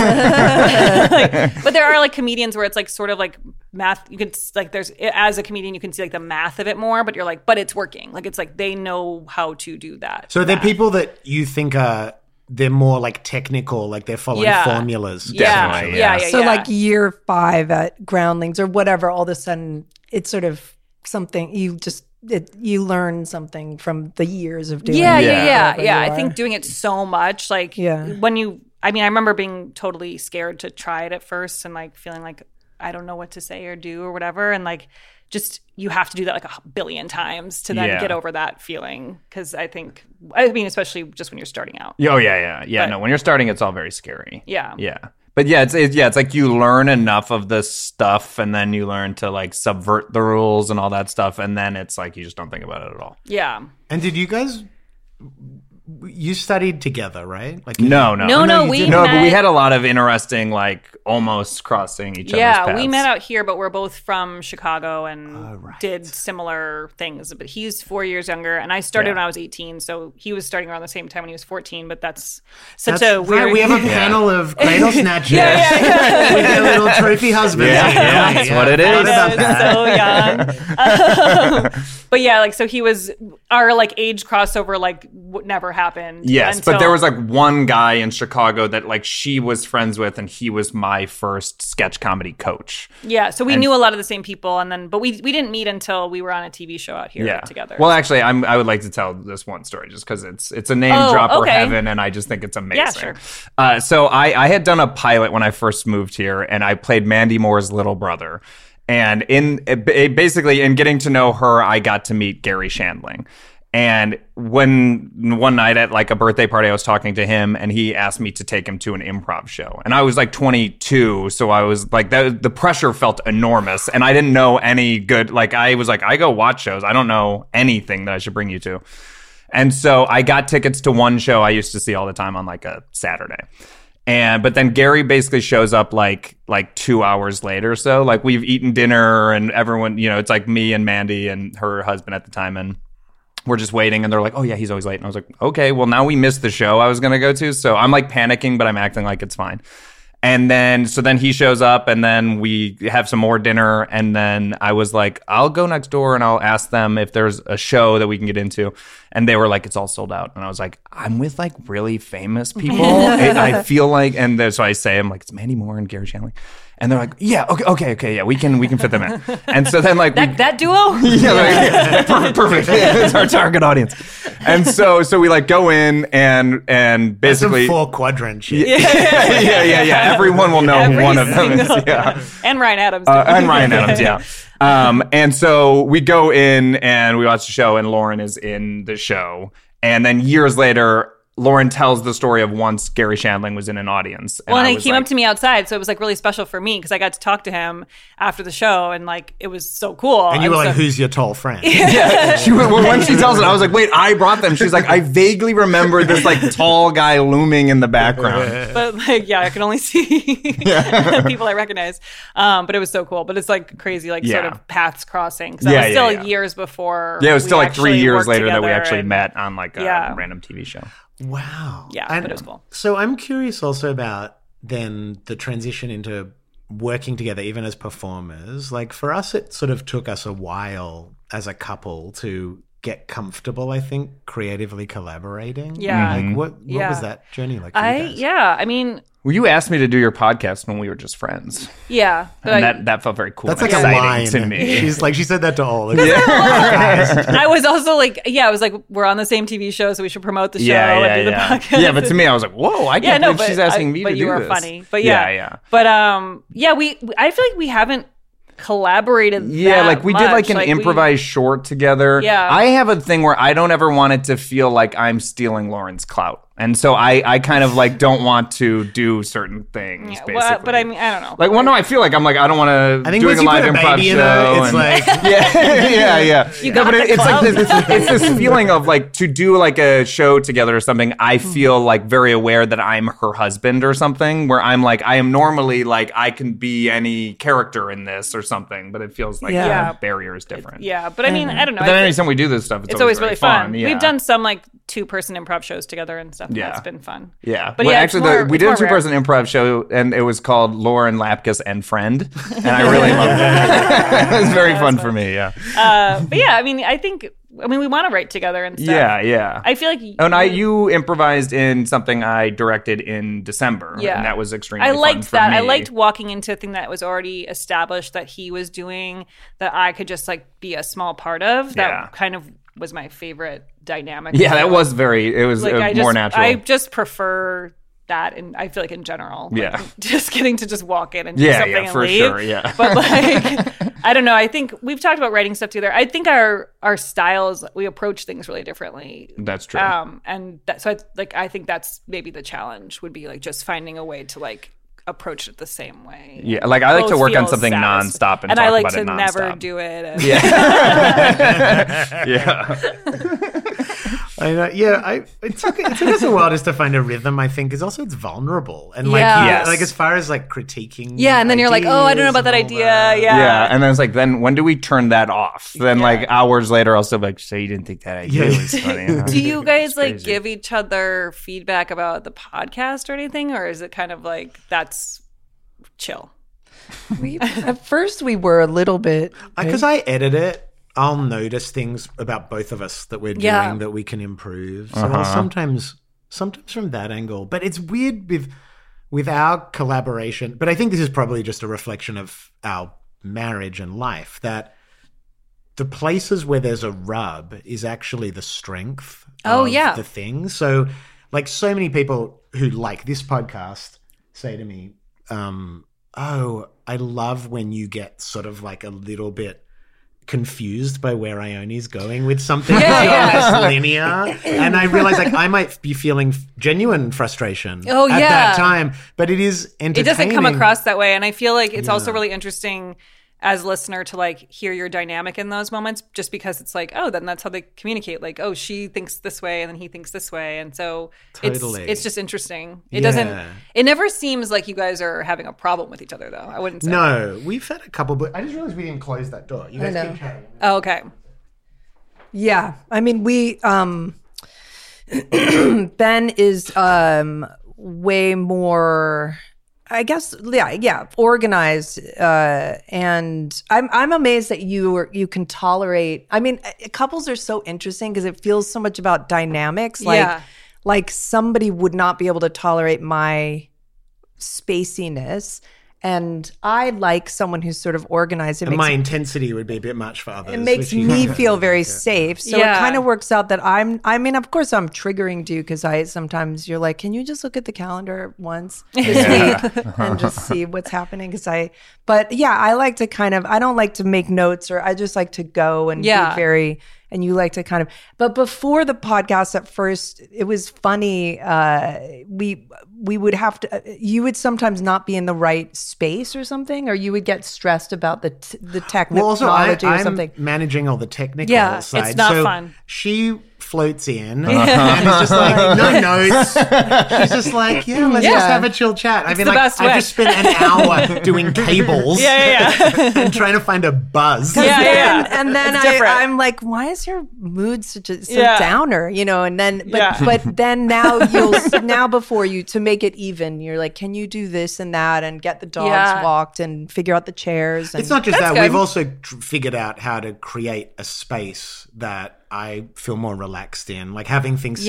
Speaker 3: Like, but there are like comedians where it's like sort of like math. You can s- like there's as a comedian you can see like the math of it more, but you're like, but it's working. Like it's like they know how to do that.
Speaker 4: so they're people that you think are they're more like technical like they're following
Speaker 3: Yeah.
Speaker 4: formulas
Speaker 3: yeah, yeah,
Speaker 5: Definitely,
Speaker 3: yeah,
Speaker 5: yeah.
Speaker 3: yeah.
Speaker 2: so like year five at groundlings or whatever all of a sudden it's sort of something you just it, you learn something from the years of doing
Speaker 3: yeah,
Speaker 2: it.
Speaker 3: yeah, yeah,
Speaker 2: wherever
Speaker 3: yeah.
Speaker 2: you
Speaker 3: I think
Speaker 2: are.
Speaker 3: doing it so much, like
Speaker 2: Yeah.
Speaker 3: when you, I mean, I remember being totally scared to try it at first and like feeling like I don't know what to say or do or whatever, and like just you have to do that like a billion times to then
Speaker 5: Yeah.
Speaker 3: get over that feeling because I think I mean especially just when you're starting out.
Speaker 5: Oh yeah, yeah, yeah.
Speaker 3: But-
Speaker 5: no, when you're starting, it's all very scary.
Speaker 3: Yeah.
Speaker 5: yeah. But yeah, it's it, yeah, it's like you learn enough of this stuff, and then you learn to like subvert the rules and all that stuff, and then it's like you just don't think about it at all.
Speaker 3: Yeah.
Speaker 4: and did you guys you studied together right like
Speaker 5: No, no,
Speaker 3: No, no,
Speaker 4: you
Speaker 3: we
Speaker 4: didn't.
Speaker 5: no.
Speaker 3: met,
Speaker 5: But we had a lot of interesting, like almost crossing each
Speaker 3: yeah,
Speaker 5: other's paths.
Speaker 3: we met out here, but we're both from Chicago and did similar things. But he's four years younger, and I started
Speaker 5: Yeah.
Speaker 3: when I was eighteen, so he was starting around the same time when he was fourteen. But that's such
Speaker 4: That's
Speaker 3: a
Speaker 4: right,
Speaker 3: weird.
Speaker 4: we have a panel of cradle snatchers with their little trophy husbands.
Speaker 5: Yeah, yeah, that's what it
Speaker 4: I
Speaker 5: is.
Speaker 4: forgot about that.
Speaker 3: so young. Um, but yeah, like so he was our like age crossover like w- never happened.
Speaker 5: Yes,
Speaker 3: until-
Speaker 5: but there was like one guy in Chicago that like she was friends with, and he was my first sketch comedy coach.
Speaker 3: yeah. So we knew a lot of the same people, and then but we we didn't meet until we were on a TV show out here
Speaker 5: Yeah,
Speaker 3: together.
Speaker 5: Well, actually, I'm I would like to tell this one story just because it's it's a name
Speaker 3: Oh,
Speaker 5: dropper
Speaker 3: okay.
Speaker 5: heaven, and I just think it's amazing.
Speaker 3: sure.
Speaker 5: Uh, so I I had done a pilot when I first moved here, and I played Mandy Moore's little brother. And in eh, ba- basically in getting to know her, I got to meet Gary Shandling. And when one night at like a birthday party, I was talking to him, and he asked me to take him to an improv show. And I was like 22, so I was like, that, the pressure felt enormous, and I didn't know any good. Like I was like, I go watch shows. I don't know anything that I should bring you to. And so I got tickets to one show I used to see all the time on like a Saturday. And but then Gary basically shows up like like two hours later or so. Like we've eaten dinner and everyone, you know, it's like me and Mandy and her husband at the time and we're just waiting and they're like, Oh yeah, he's always late. And I was like, Okay, well now we missed the show I was gonna go to. So I'm like panicking, but I'm acting like it's fine. And then so then he shows up and then we have some more dinner and then I was like, I'll go next door and I'll ask them if there's a show that we can get into. And they were like, it's all sold out. And I was like, I'm with like really famous people. It- I feel like and then, so I say, I'm like, it's Mandy Moore and Gary Shanley. And they're like, yeah, okay, okay, okay, yeah, we can we can fit them in. And so then like we,
Speaker 3: that, that duo.
Speaker 5: yeah, like, perfect, perfect. it's our target audience. And so so we like go in and and
Speaker 4: It's a
Speaker 5: basically
Speaker 4: four quadrant shit.
Speaker 5: yeah, yeah, yeah, yeah. Everyone will know
Speaker 3: Every
Speaker 5: one of them. is-
Speaker 3: single-
Speaker 5: yeah.
Speaker 3: and Ryan Adams.
Speaker 5: Uh,
Speaker 3: too.
Speaker 5: and Ryan Adams, yeah. Um, and so we go in and we watch the show, and Lauren is in the show. And then years later, Lauren tells the story of once Gary Shandling was in an audience.
Speaker 3: Well, and
Speaker 5: I
Speaker 3: he
Speaker 5: was
Speaker 3: came
Speaker 5: like-
Speaker 3: up to me outside, so it was like really special for me because I got to talk to him after the show, and like it was so cool.
Speaker 4: And
Speaker 3: I
Speaker 4: you were
Speaker 3: was
Speaker 4: like,
Speaker 3: so-
Speaker 4: who's your tall friend?
Speaker 5: She was, well, when she tells it, I was like, wait, I brought them. She's like, I vaguely remember this like tall guy looming in the background.
Speaker 3: but like yeah, I can only see people I recognize. Um, but it was so cool. But it's like crazy, like sort
Speaker 5: Yeah.
Speaker 3: of paths crossing. Because
Speaker 5: Yeah,
Speaker 3: was
Speaker 5: yeah,
Speaker 3: still
Speaker 5: yeah.
Speaker 3: years before.
Speaker 5: Yeah, it was
Speaker 3: we
Speaker 5: still like three
Speaker 3: actually
Speaker 5: years
Speaker 3: worked
Speaker 5: later that we
Speaker 3: together
Speaker 5: actually
Speaker 3: and-
Speaker 5: met on like a
Speaker 3: Yeah.
Speaker 5: random TV show.
Speaker 4: Wow.
Speaker 3: Yeah,
Speaker 4: And
Speaker 3: but it was cool.
Speaker 4: So I'm curious also about then the transition into working together, even as performers. Like for us, it sort of took us a while as a couple to get comfortable. I think creatively collaborating.
Speaker 3: Yeah.
Speaker 4: Like what? What
Speaker 3: Yeah.
Speaker 4: was that journey like? For
Speaker 3: I
Speaker 4: you guys?
Speaker 3: yeah, I mean
Speaker 5: Well, you asked me to do your podcast when we were just friends.
Speaker 3: yeah, but
Speaker 5: and
Speaker 3: I-
Speaker 5: that, that felt very cool.
Speaker 4: That's
Speaker 5: and
Speaker 4: like a line
Speaker 5: exciting to me.
Speaker 4: She's like she said that to all.
Speaker 3: I was also like, yeah, I was like, we're on the same TV show, so we should promote the show
Speaker 5: yeah, yeah,
Speaker 3: and do the
Speaker 5: yeah.
Speaker 3: podcast.
Speaker 5: Yeah, but to me, I was like, "Whoa, I can't
Speaker 3: yeah, no,
Speaker 5: believe
Speaker 3: but
Speaker 5: she's asking
Speaker 3: I-
Speaker 5: me
Speaker 3: but
Speaker 5: to
Speaker 3: you
Speaker 5: do
Speaker 3: were
Speaker 5: this."
Speaker 3: funny, but yeah,
Speaker 5: yeah, yeah.
Speaker 3: But um, yeah, we I feel like we haven't collaborated.
Speaker 5: Yeah,
Speaker 3: that
Speaker 5: like we did
Speaker 3: much.
Speaker 5: like an
Speaker 3: we-
Speaker 5: improvised short together.
Speaker 3: Yeah.
Speaker 5: I have a thing where I don't ever want it to feel like I'm stealing Lauren's clout, and so I I kind of like don't want to do certain things.
Speaker 3: Yeah,
Speaker 5: basically,
Speaker 3: well, but I mean, I don't know.
Speaker 5: like well, no, I feel like I'm like I don't want to.
Speaker 4: I think once
Speaker 5: doing a
Speaker 4: you
Speaker 5: live
Speaker 4: put a
Speaker 5: improv
Speaker 4: baby
Speaker 5: show.
Speaker 4: in her, it's
Speaker 5: and-
Speaker 4: like
Speaker 5: yeah, yeah, yeah.
Speaker 3: got
Speaker 5: no, but
Speaker 3: the
Speaker 5: it- it's like
Speaker 3: club.
Speaker 5: this, it's this feeling of like to do like a show together or something. I
Speaker 3: Hmm.
Speaker 5: feel like very aware that I'm her husband or something. Where I'm like I am normally like I can be any character in this or something, but it feels like
Speaker 1: Yeah.
Speaker 3: Yeah.
Speaker 5: the barrier is different.
Speaker 3: yeah, but I mean, I don't know.
Speaker 5: But
Speaker 3: I
Speaker 5: then
Speaker 3: feel-
Speaker 5: anytime we do this stuff, it's,
Speaker 3: it's always
Speaker 5: very
Speaker 3: really fun.
Speaker 5: Yeah.
Speaker 3: We've done some like two person improv shows together and stuff.
Speaker 5: Yeah.
Speaker 3: Yeah, it's been fun.
Speaker 5: Yeah,
Speaker 3: but
Speaker 5: Well,
Speaker 3: yeah, it's
Speaker 5: actually,
Speaker 3: more-
Speaker 5: the, we
Speaker 3: it's
Speaker 5: did a
Speaker 3: more rare.
Speaker 5: two-person improv show, and it was called Lauren Lapkus and Friend, and I really loved it. it was very fun for me. Yeah,
Speaker 3: Uh, but yeah, I mean, I think I mean we want to write together and stuff.
Speaker 5: yeah, yeah.
Speaker 3: I feel like
Speaker 5: Oh, and I you improvised in something I directed in December.
Speaker 3: Yeah.
Speaker 5: and that was extremely.
Speaker 3: I
Speaker 5: fun
Speaker 3: liked
Speaker 5: for
Speaker 3: that. I
Speaker 5: me.
Speaker 3: liked walking into a thing that was already established that he was doing that I could just like be a small part of. That
Speaker 5: Yeah.
Speaker 3: kind of was my favorite dynamic.
Speaker 5: Yeah, that was very. It was
Speaker 3: like
Speaker 5: uh,
Speaker 3: I just
Speaker 5: more natural.
Speaker 3: I just prefer that, and I feel like in general, like,
Speaker 5: Yeah.
Speaker 3: just getting to just walk in and do
Speaker 5: yeah,
Speaker 3: something
Speaker 5: yeah,
Speaker 3: and
Speaker 5: for
Speaker 3: leave.
Speaker 5: sure. Yeah,
Speaker 3: but like I don't know. I think we've talked about writing stuff together. I think our our styles we approach things really differently.
Speaker 5: that's true.
Speaker 3: Um, and that, so I like I think that's maybe the challenge would be like just finding a way to like approach it the same way.
Speaker 5: yeah, like I like to
Speaker 3: Both
Speaker 5: work on
Speaker 3: feel
Speaker 5: something
Speaker 3: satisf-
Speaker 5: nonstop and,
Speaker 3: and
Speaker 5: talk
Speaker 3: I like
Speaker 5: about
Speaker 3: to
Speaker 5: it nonstop.
Speaker 3: never do it. And,
Speaker 5: Yeah, yeah.
Speaker 4: I know. Yeah, I, it, took, it took us a while just to find a rhythm. I think because also it's vulnerable and like
Speaker 3: Yeah.
Speaker 4: you-
Speaker 5: Yes.
Speaker 4: like as far as like critiquing.
Speaker 3: Yeah, and then you're like, oh, I don't know
Speaker 4: ideas
Speaker 3: about that
Speaker 4: and all
Speaker 3: idea.
Speaker 4: that.
Speaker 3: Yeah.
Speaker 5: Yeah, and then it's like, then when do we turn that off? Then like hours later, I'll still be like, so you didn't think that idea
Speaker 4: Yeah.
Speaker 5: was funny? huh?"
Speaker 3: Do you guys like
Speaker 5: crazy.
Speaker 3: give each other feedback about the podcast or anything, or is it kind of like that's chill?
Speaker 1: We, at first, we were a little bit.
Speaker 4: because I edit it. I'll notice things about both of us that we're doing
Speaker 3: Yeah. Uh-huh.
Speaker 4: that we can improve. So I'll sometimes sometimes from that angle. But it's weird with with our collaboration. But I think this is probably just a reflection of our marriage and life that the places where there's a rub is actually the strength
Speaker 3: Oh,
Speaker 4: of
Speaker 3: yeah.
Speaker 4: the thing. So like so many people who like this podcast say to me, um, oh, I love when you get sort of like a little bit confused by where Ione's going with something
Speaker 3: Yeah, yeah.
Speaker 4: that's less linear. And I realize like I might be feeling genuine frustration
Speaker 3: Oh,
Speaker 4: at
Speaker 3: yeah.
Speaker 4: that time, but it is
Speaker 3: it
Speaker 4: entertaining.
Speaker 3: doesn't come across that way and i feel like it's also really interesting as a listener to like hear your dynamic in those moments just because it's like oh then that's how they communicate like oh she thinks this way and then he thinks this way and so
Speaker 4: Totally.
Speaker 3: it's it's just interesting it doesn't
Speaker 4: Yeah.
Speaker 3: it never seems like you guys are having a problem with each other though i wouldn't say
Speaker 4: No, we've had a couple, but I just realized we didn't close that door. You guys
Speaker 6: know.
Speaker 4: keep chatting.
Speaker 3: oh, okay
Speaker 7: Yeah. I mean, we, um,
Speaker 6: Ben is um way more I guess yeah, yeah, organized uh and I'm I'm amazed that you are, you can tolerate. I mean, uh, couples are so interesting because it feels so much about dynamics like
Speaker 3: Yeah.
Speaker 6: like somebody would not be able to tolerate my spaciness and I like someone who's sort of organized. It
Speaker 4: And
Speaker 6: makes
Speaker 4: my intensity would be a bit much for others.
Speaker 6: it makes
Speaker 4: which you
Speaker 6: me
Speaker 4: don't
Speaker 6: feel
Speaker 4: really
Speaker 6: very
Speaker 4: get.
Speaker 6: safe. So it
Speaker 3: Yeah.
Speaker 6: kind of works out that I'm, I mean, of course I'm triggering you because I sometimes you're like, can you just look at the calendar once this week and just see what's happening? Because I, but yeah, I like to kind of, I don't like to make notes or I just like to go and
Speaker 3: Yeah.
Speaker 6: be very, and you like to kind of, but before the podcast at first, it was funny. Uh, we, we would have to, uh, you would sometimes not be in the right space or something, or you would get stressed about the, t- the technology
Speaker 4: Well, also, I,
Speaker 6: or
Speaker 4: I'm
Speaker 6: something.
Speaker 4: managing all the technical
Speaker 3: Yeah, it's
Speaker 4: side.
Speaker 3: not
Speaker 4: so
Speaker 3: fun.
Speaker 4: She floats in and is just like, no notes. She's just like, yeah, let's just have a chill chat. I mean,
Speaker 3: the
Speaker 4: like,
Speaker 3: best
Speaker 4: I've
Speaker 3: way.
Speaker 4: just spent an hour doing cables
Speaker 3: yeah yeah yeah
Speaker 4: and trying to find a buzz.
Speaker 3: yeah, yeah.
Speaker 6: And- and then
Speaker 3: It's
Speaker 6: I,
Speaker 3: different.
Speaker 6: I'm like, why is your mood such a so
Speaker 3: Yeah.
Speaker 6: downer? You know, and then but
Speaker 3: Yeah.
Speaker 6: but then now you'll now before you to make it even, you're like, can you do this and that and get the dogs
Speaker 3: Yeah.
Speaker 6: walked and figure out the chairs? And,
Speaker 4: It's not just that.
Speaker 3: good.
Speaker 4: We've also tr- figured out how to create a space that I feel more relaxed in. Like having things set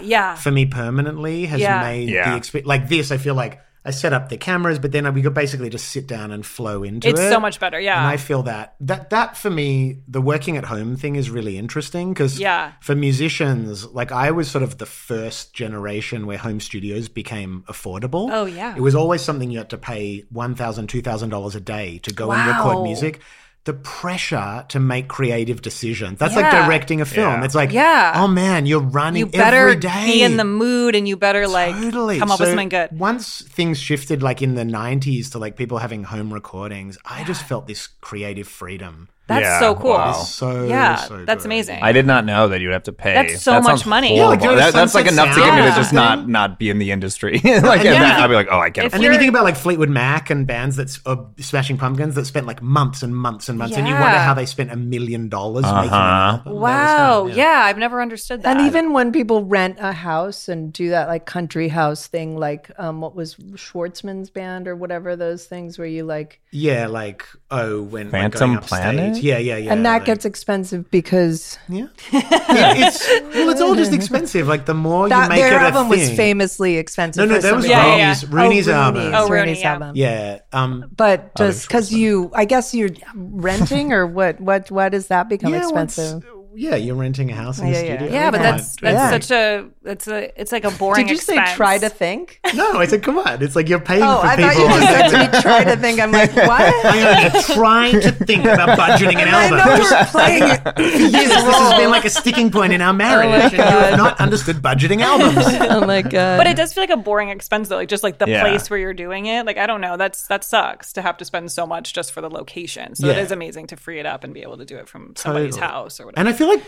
Speaker 3: yeah yeah
Speaker 4: for me permanently has
Speaker 3: Yeah.
Speaker 4: made
Speaker 5: Yeah.
Speaker 4: the experience like this. I feel like I set up the cameras, but then I- we could basically just sit down and flow into
Speaker 3: it's
Speaker 4: it.
Speaker 3: so much better
Speaker 4: And
Speaker 3: yeah
Speaker 4: I feel that that that for me, the working at home thing is really interesting because
Speaker 3: Yeah.
Speaker 4: for musicians, like I was sort of the first generation where home studios became affordable.
Speaker 3: Oh, yeah.
Speaker 4: it was always something you had to pay one thousand, two thousand dollars a day to go and record
Speaker 3: Wow.
Speaker 4: music. The pressure to make creative decisions. That's like
Speaker 3: Yeah.
Speaker 4: directing a film.
Speaker 5: Yeah.
Speaker 4: It's like,
Speaker 3: Yeah.
Speaker 4: oh man, you're running
Speaker 3: you better
Speaker 4: every day.
Speaker 3: be in the mood and you better like
Speaker 4: Totally.
Speaker 3: come up with
Speaker 4: So
Speaker 3: something good
Speaker 4: Once things shifted, like in the '90s, to like people having home recordings, I just felt this creative freedom.
Speaker 3: that's
Speaker 5: Yeah,
Speaker 3: so cool
Speaker 5: wow. It's
Speaker 4: So
Speaker 3: yeah
Speaker 4: so
Speaker 3: that's
Speaker 4: good.
Speaker 3: amazing
Speaker 5: I did not know that you would have to pay.
Speaker 3: That's so
Speaker 5: That
Speaker 3: much
Speaker 5: sounds
Speaker 3: money.
Speaker 5: horrible.
Speaker 4: Yeah, like, go to
Speaker 5: That- that's like
Speaker 4: Sunset
Speaker 5: enough to get me to
Speaker 3: Sound.
Speaker 5: just
Speaker 4: Yeah.
Speaker 5: not not be in the industry. like and then I'd be like, oh, I can't.
Speaker 3: If
Speaker 4: And
Speaker 3: you're-
Speaker 4: then you think about like Fleetwood Mac and bands that's uh, Smashing Pumpkins that spent like months and months and months, and you wonder
Speaker 3: Yeah.
Speaker 4: how they spent a million dollars making an
Speaker 5: Uh-huh.
Speaker 4: album. That was
Speaker 3: Wow.
Speaker 4: how-
Speaker 3: yeah. I've never understood that.
Speaker 6: and even when people rent a house and do that like country house thing, like um, what was Schwartzman's band or whatever those things where you like,
Speaker 4: yeah, like oh, when like,
Speaker 5: Phantom
Speaker 4: going upstage.
Speaker 5: Planet?
Speaker 4: yeah, yeah, yeah,
Speaker 6: and that
Speaker 4: like-
Speaker 6: gets expensive because
Speaker 4: yeah. It- it's well, it's all just expensive. Like the more you
Speaker 6: that
Speaker 4: make
Speaker 6: their
Speaker 4: it a
Speaker 6: album was
Speaker 4: thing-
Speaker 6: famously expensive.
Speaker 4: No, no,
Speaker 6: for
Speaker 4: that was
Speaker 6: somebody.
Speaker 3: Yeah, yeah,
Speaker 4: Rooney's,
Speaker 3: yeah.
Speaker 4: Rooney's album.
Speaker 6: Rooney's,
Speaker 3: Oh, Rooney,
Speaker 6: Rooney's
Speaker 3: yeah.
Speaker 6: album.
Speaker 4: Yeah. Um,
Speaker 6: But just because you, I guess you're renting or what? What? Why does that become
Speaker 4: yeah, once-
Speaker 6: expensive?
Speaker 4: yeah, you're renting a house in a studio.
Speaker 3: yeah, but
Speaker 4: Come
Speaker 3: that's
Speaker 4: on.
Speaker 3: that's such a that's a it's like a boring.
Speaker 6: Did you
Speaker 3: expense.
Speaker 6: say try to think?
Speaker 4: No, I said, come on. It's like you're paying
Speaker 6: Oh,
Speaker 4: for
Speaker 6: I
Speaker 4: people.
Speaker 6: thought you just said to me try to think. I'm like, what?
Speaker 4: I'm gonna try to think about budgeting an
Speaker 6: I
Speaker 4: album.
Speaker 6: know
Speaker 4: Just
Speaker 6: you're playing. it.
Speaker 4: for years, this has been like a sticking point
Speaker 3: Oh
Speaker 4: in our marriage. and you have not understood budgeting albums.
Speaker 6: oh my god!
Speaker 3: But it does feel like a boring expense though, like just like the
Speaker 5: Yeah.
Speaker 3: place where you're doing it. Like I don't know, that's that sucks to have to spend so much just for the location. So it
Speaker 4: Yeah.
Speaker 3: is amazing to free it up and be able to do it from somebody's
Speaker 4: Totally.
Speaker 3: house or whatever.
Speaker 4: And I feel like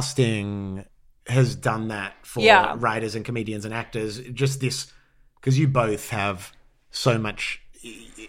Speaker 4: podcasting has done that for
Speaker 3: Yeah.
Speaker 4: writers and comedians and actors. Just this, because you both have so much.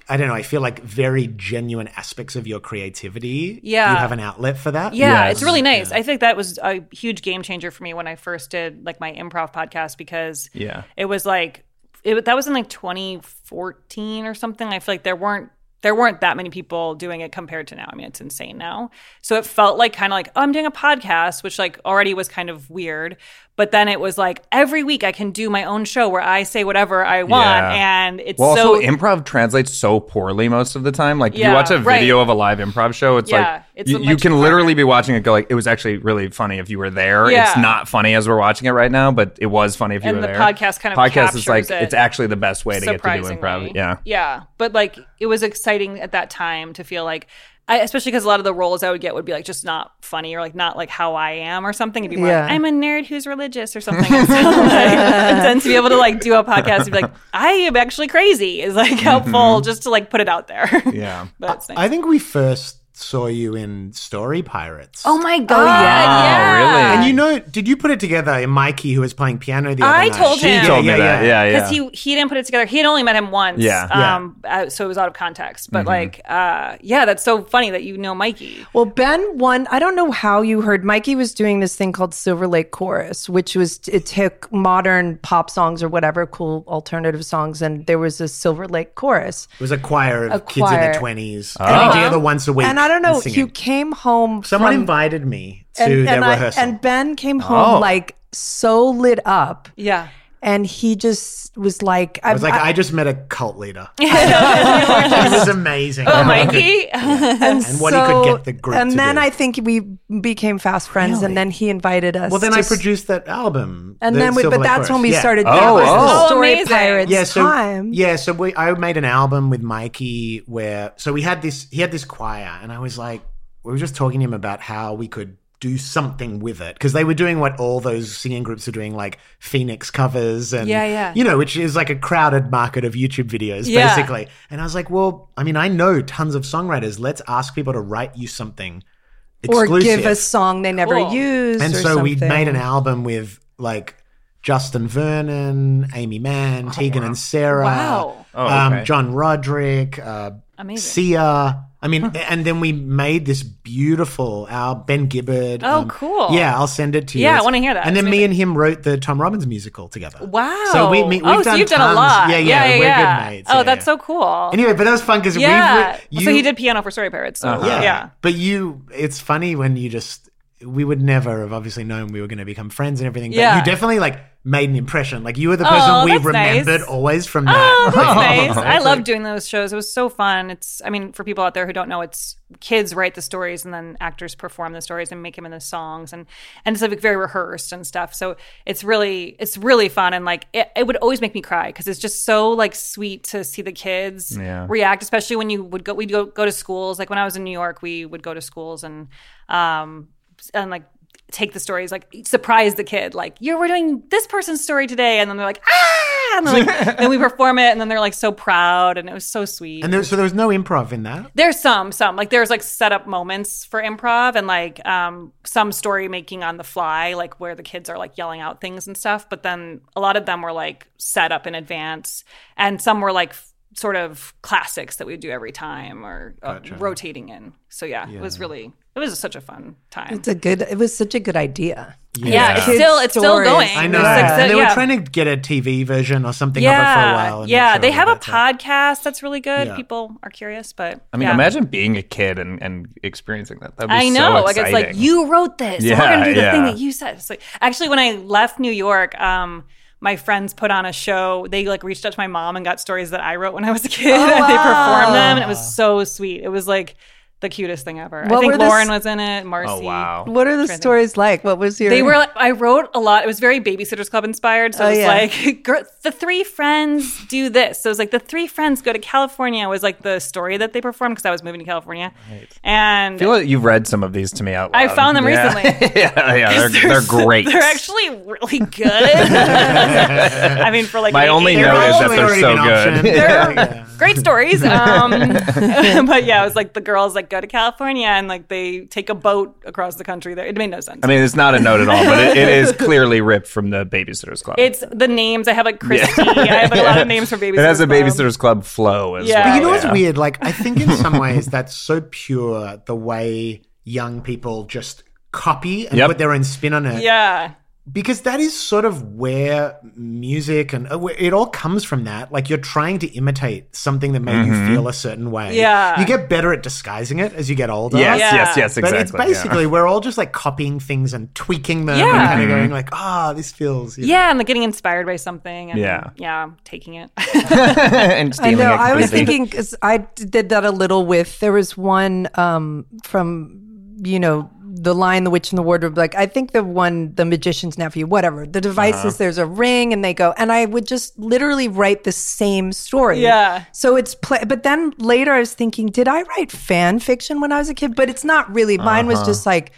Speaker 4: I don't know. I feel like very genuine aspects of your creativity.
Speaker 3: Yeah.
Speaker 4: you have an outlet for that.
Speaker 3: Yeah,
Speaker 5: Yes.
Speaker 3: it's really nice. I think that was a huge game changer for me when I first did like my improv podcast because
Speaker 5: Yeah.
Speaker 3: it was like it, that was in like 2014 or something. I feel like there weren't there weren't that many people doing it compared to now. I mean, it's insane now. So it felt like kind of like, oh, I'm doing a podcast, which like already was kind of weird. But then it was like every week I can do my own show where I say whatever I want.
Speaker 5: Yeah.
Speaker 3: And it's
Speaker 5: Well,
Speaker 3: so
Speaker 5: also improv translates so poorly most of the time. Like
Speaker 3: Yeah,
Speaker 5: you watch a
Speaker 3: right.
Speaker 5: video of a live improv show, it's
Speaker 3: Yeah,
Speaker 5: like
Speaker 3: it's
Speaker 5: you,
Speaker 3: much
Speaker 5: you can
Speaker 3: harder.
Speaker 5: literally be watching it go like it was actually really funny if you were there. It's
Speaker 3: Yeah.
Speaker 5: not funny as we're watching it right now, but it was funny if you
Speaker 3: And
Speaker 5: were
Speaker 3: the
Speaker 5: there.
Speaker 3: podcast kind of
Speaker 5: podcast is
Speaker 3: captures
Speaker 5: like
Speaker 3: it
Speaker 5: it's actually the best way to get to do improv.
Speaker 3: Surprisingly.
Speaker 5: Yeah.
Speaker 3: Yeah. But like it was exciting at that time to feel like I, especially because a lot of the roles I would get would be like just not funny or like not like how I am or something. It'd be more
Speaker 1: Yeah.
Speaker 3: like, I'm a nerd who's religious or something. And so, like, then to be able to like do a podcast and be like, I am actually crazy is like helpful just to like put it out there.
Speaker 5: Mm-hmm. Yeah.
Speaker 3: but it's nice.
Speaker 4: I think we first saw you in Story Pirates.
Speaker 8: Oh my god!
Speaker 6: uh,
Speaker 5: Oh, really?
Speaker 4: And you know, did you put it together? And Mikey, who was playing piano the other
Speaker 3: I
Speaker 4: night,
Speaker 3: told
Speaker 4: she
Speaker 3: him.
Speaker 5: told me
Speaker 4: yeah,
Speaker 5: that.
Speaker 4: yeah.
Speaker 5: Yeah,
Speaker 3: because
Speaker 5: yeah.
Speaker 3: he he didn't put it together. He had only met him once.
Speaker 5: Yeah. Mm-hmm.
Speaker 4: Yeah.
Speaker 3: Um. uh, so it was out of context. But like, uh, yeah, that's so funny that you know Mikey.
Speaker 6: Well, Ben won. I don't know how you heard. Mikey was doing this thing called Silver Lake Chorus, which was it took modern pop songs or whatever cool alternative songs, and there was a Silver Lake Chorus.
Speaker 4: It was a choir of kids in
Speaker 6: choir.
Speaker 4: their twenties.
Speaker 5: Ah.
Speaker 4: And they together once a week.
Speaker 6: And I don't know.
Speaker 4: singing.
Speaker 6: You came home.
Speaker 4: Someone
Speaker 6: from,
Speaker 4: invited me to
Speaker 6: and,
Speaker 4: their
Speaker 6: and I-
Speaker 4: rehearsal.
Speaker 6: and Ben came home
Speaker 5: Oh.
Speaker 6: like so lit up,
Speaker 3: Yeah.
Speaker 6: and he just was like,
Speaker 4: I was like, I, just met a cult leader. this is amazing.
Speaker 3: Oh, Mikey.
Speaker 6: and,
Speaker 4: and what he could
Speaker 6: so-
Speaker 4: get the group
Speaker 6: And
Speaker 4: to
Speaker 6: then
Speaker 4: do.
Speaker 6: I think we became fast friends,
Speaker 4: Really?
Speaker 6: and then he invited us.
Speaker 4: Well, then
Speaker 6: to
Speaker 4: I
Speaker 6: s-
Speaker 4: produced that album.
Speaker 6: And
Speaker 4: the
Speaker 6: then, we,
Speaker 4: Silver
Speaker 6: but
Speaker 4: Lake
Speaker 6: that's when
Speaker 4: Chorus.
Speaker 6: we
Speaker 4: Yeah.
Speaker 6: started.
Speaker 5: Oh,
Speaker 6: that was
Speaker 5: oh.
Speaker 6: the
Speaker 3: Oh,
Speaker 6: story
Speaker 3: amazing.
Speaker 6: pirates
Speaker 4: yeah, so
Speaker 6: time.
Speaker 4: yeah, so we I made an album with Mikey where so we had this he had this choir and I was like we were just talking to him about how we could do something with it because they were doing what all those singing groups are doing like Phoenix covers and
Speaker 3: Yeah, yeah.
Speaker 4: you know which is like a crowded market of YouTube videos
Speaker 3: Yeah.
Speaker 4: basically and I was like well I mean I know tons of songwriters let's ask people to write you something
Speaker 6: or
Speaker 4: exclusive
Speaker 6: give a song they never
Speaker 3: Cool.
Speaker 6: used.
Speaker 4: and
Speaker 6: or
Speaker 4: so
Speaker 6: something.
Speaker 4: we made an album with like Justin Vernon, Amy Mann, Tegan and Sarah,
Speaker 3: Oh, Wow.
Speaker 5: Oh, okay.
Speaker 4: um, John Roderick, uh,
Speaker 3: Amazing.
Speaker 4: Sia. I mean, and then we made this beautiful album. Ben Gibbard. um,
Speaker 3: Oh, cool.
Speaker 4: Yeah, I'll send it to you.
Speaker 3: Yeah, I
Speaker 4: It's-
Speaker 3: wanna hear that.
Speaker 4: And then
Speaker 3: It's
Speaker 4: me
Speaker 3: amazing.
Speaker 4: and him wrote the Tom Robbins musical together.
Speaker 3: Wow.
Speaker 4: So we, me, we've
Speaker 3: oh,
Speaker 4: done
Speaker 3: so you've done a
Speaker 4: tons.
Speaker 3: lot.
Speaker 4: Yeah, yeah, we're
Speaker 3: yeah.
Speaker 4: good mates.
Speaker 3: Oh,
Speaker 4: Yeah,
Speaker 3: that's
Speaker 4: yeah.
Speaker 3: so cool.
Speaker 4: Anyway, but that was fun because
Speaker 3: yeah.
Speaker 4: we.
Speaker 3: Well, so he did piano for Story Pirates. So
Speaker 5: Uh-huh.
Speaker 4: Yeah.
Speaker 3: yeah.
Speaker 4: Um, But you, it's funny when you just, we would never have obviously known we were going to become friends and everything, but
Speaker 3: Yeah.
Speaker 4: you definitely like made an impression. Like you were the
Speaker 3: Oh,
Speaker 4: person we
Speaker 3: that's
Speaker 4: remembered
Speaker 3: nice.
Speaker 4: always from
Speaker 3: Oh,
Speaker 4: that.
Speaker 3: that's nice. I love doing those shows. It was so fun. It's, I mean, for people out there who don't know, it's kids write the stories and then actors perform the stories and make them into songs and and it's like very rehearsed and stuff. So it's really, it's really fun and like it, it would always make me cry because it's just so like sweet to see the kids
Speaker 5: Yeah.
Speaker 3: react, especially when you would go, we'd go go to schools. Like when I was in New York, we would go to schools and um and like take the stories like surprise the kid like yeah we're doing this person's story today and then they're like ah and then, like, then we perform it and then they're like so proud and it was so sweet
Speaker 4: And there, so there was no improv in that.
Speaker 3: there's some some like there's like setup moments for improv and like um some story making on the fly like where the kids are like yelling out things and stuff but then a lot of them were like set up in advance and some were like f- sort of classics that we do every time or uh, rotating in so yeah, it was really it was such a fun time
Speaker 6: It's a good. It was such a good idea.
Speaker 3: yeah, it's
Speaker 6: Kids'
Speaker 3: still it's still
Speaker 6: stories.
Speaker 3: going
Speaker 4: I know.
Speaker 3: There's, like,
Speaker 4: And
Speaker 3: so-
Speaker 4: they
Speaker 3: yeah.
Speaker 4: were trying to get a TV version or something of it for a
Speaker 3: yeah,
Speaker 4: while. and
Speaker 3: yeah.
Speaker 4: so
Speaker 3: They have a
Speaker 4: that's it.
Speaker 3: podcast that's really good.
Speaker 4: Yeah.
Speaker 3: People are curious, but
Speaker 5: I mean,
Speaker 3: yeah.
Speaker 5: imagine being a kid and, and experiencing that. That'd be
Speaker 3: I know.
Speaker 5: So
Speaker 3: like it's like
Speaker 5: exciting.
Speaker 3: you wrote this. and we're
Speaker 5: Yeah,
Speaker 3: gonna do the thing
Speaker 5: yeah.
Speaker 3: that you said. It's like actually, when I left New York, um, my friends put on a show. They like reached out to my mom and got stories that I wrote when I was a kid.
Speaker 4: Oh,
Speaker 3: and they performed them, and it was so sweet. It was like the cutest thing ever. I
Speaker 6: What
Speaker 3: think
Speaker 6: were the
Speaker 3: Lauren
Speaker 6: s-
Speaker 3: was in it. Marcy.
Speaker 5: Oh wow.
Speaker 6: What are the
Speaker 3: think.
Speaker 6: stories like? What was your?
Speaker 3: They were. like- I wrote a lot. It was very Babysitters Club inspired. So
Speaker 6: Oh,
Speaker 3: it was
Speaker 6: yeah.
Speaker 3: like girl, the three friends do this. So it was like the three friends go to California was like the story that they performed because I was moving to California, and
Speaker 5: I feel like you've read some of these to me out loud.
Speaker 3: I found them
Speaker 5: Yeah.
Speaker 3: recently.
Speaker 5: yeah, yeah, they're, they're great.
Speaker 3: They're actually really good. I mean, for like
Speaker 5: My
Speaker 3: an
Speaker 5: only
Speaker 4: They're
Speaker 5: note
Speaker 4: all-
Speaker 3: eight-year-old,
Speaker 5: is that they're
Speaker 4: already
Speaker 5: so
Speaker 4: been
Speaker 5: good.
Speaker 4: optioned.
Speaker 3: They're-
Speaker 4: Yeah.
Speaker 3: great stories. Um, but yeah, it was like the girls like go to California and like they take a boat across the country. There, it made no sense.
Speaker 5: I mean, it's not a note at all, but it, it is clearly ripped from the Babysitters Club.
Speaker 3: it's the names. I have like Christy. I have like, a lot of names for babies.
Speaker 5: it has a Babysitters Club flow as
Speaker 3: Yeah.
Speaker 5: well.
Speaker 4: But you know
Speaker 5: yeah.
Speaker 4: what's weird? Like, I think in some ways that's so pure the way young people just copy and
Speaker 5: Yep.
Speaker 4: put their own spin on it.
Speaker 3: Yeah.
Speaker 4: because that is sort of where music and uh, where it all comes from that like you're trying to imitate something that made
Speaker 5: Mm-hmm.
Speaker 4: you feel a certain way
Speaker 3: Yeah.
Speaker 4: you get better at disguising it as you get older
Speaker 5: Yes,
Speaker 3: Yeah.
Speaker 5: yes, yes,
Speaker 4: but
Speaker 5: exactly.
Speaker 4: it's basically we're all just like copying things and tweaking them and
Speaker 3: Yeah.
Speaker 4: kind of going like ah this feels you know.
Speaker 3: Yeah, and like getting inspired by something. And,
Speaker 5: Yeah.
Speaker 3: yeah, taking it.
Speaker 5: yeah. and stealing
Speaker 6: I know.
Speaker 5: it
Speaker 6: I was
Speaker 5: completely.
Speaker 6: thinking because I d- did that a little with there was one um, from you know the Lion, the Witch, and the Wardrobe. Like I think the one, the Magician's Nephew, whatever. The devices. There's a ring, and they go. And I would just literally write the same story.
Speaker 3: Yeah.
Speaker 6: So it's play. But then later, I was thinking, did I write fan fiction when I was a kid? But it's not really. Mine was just like.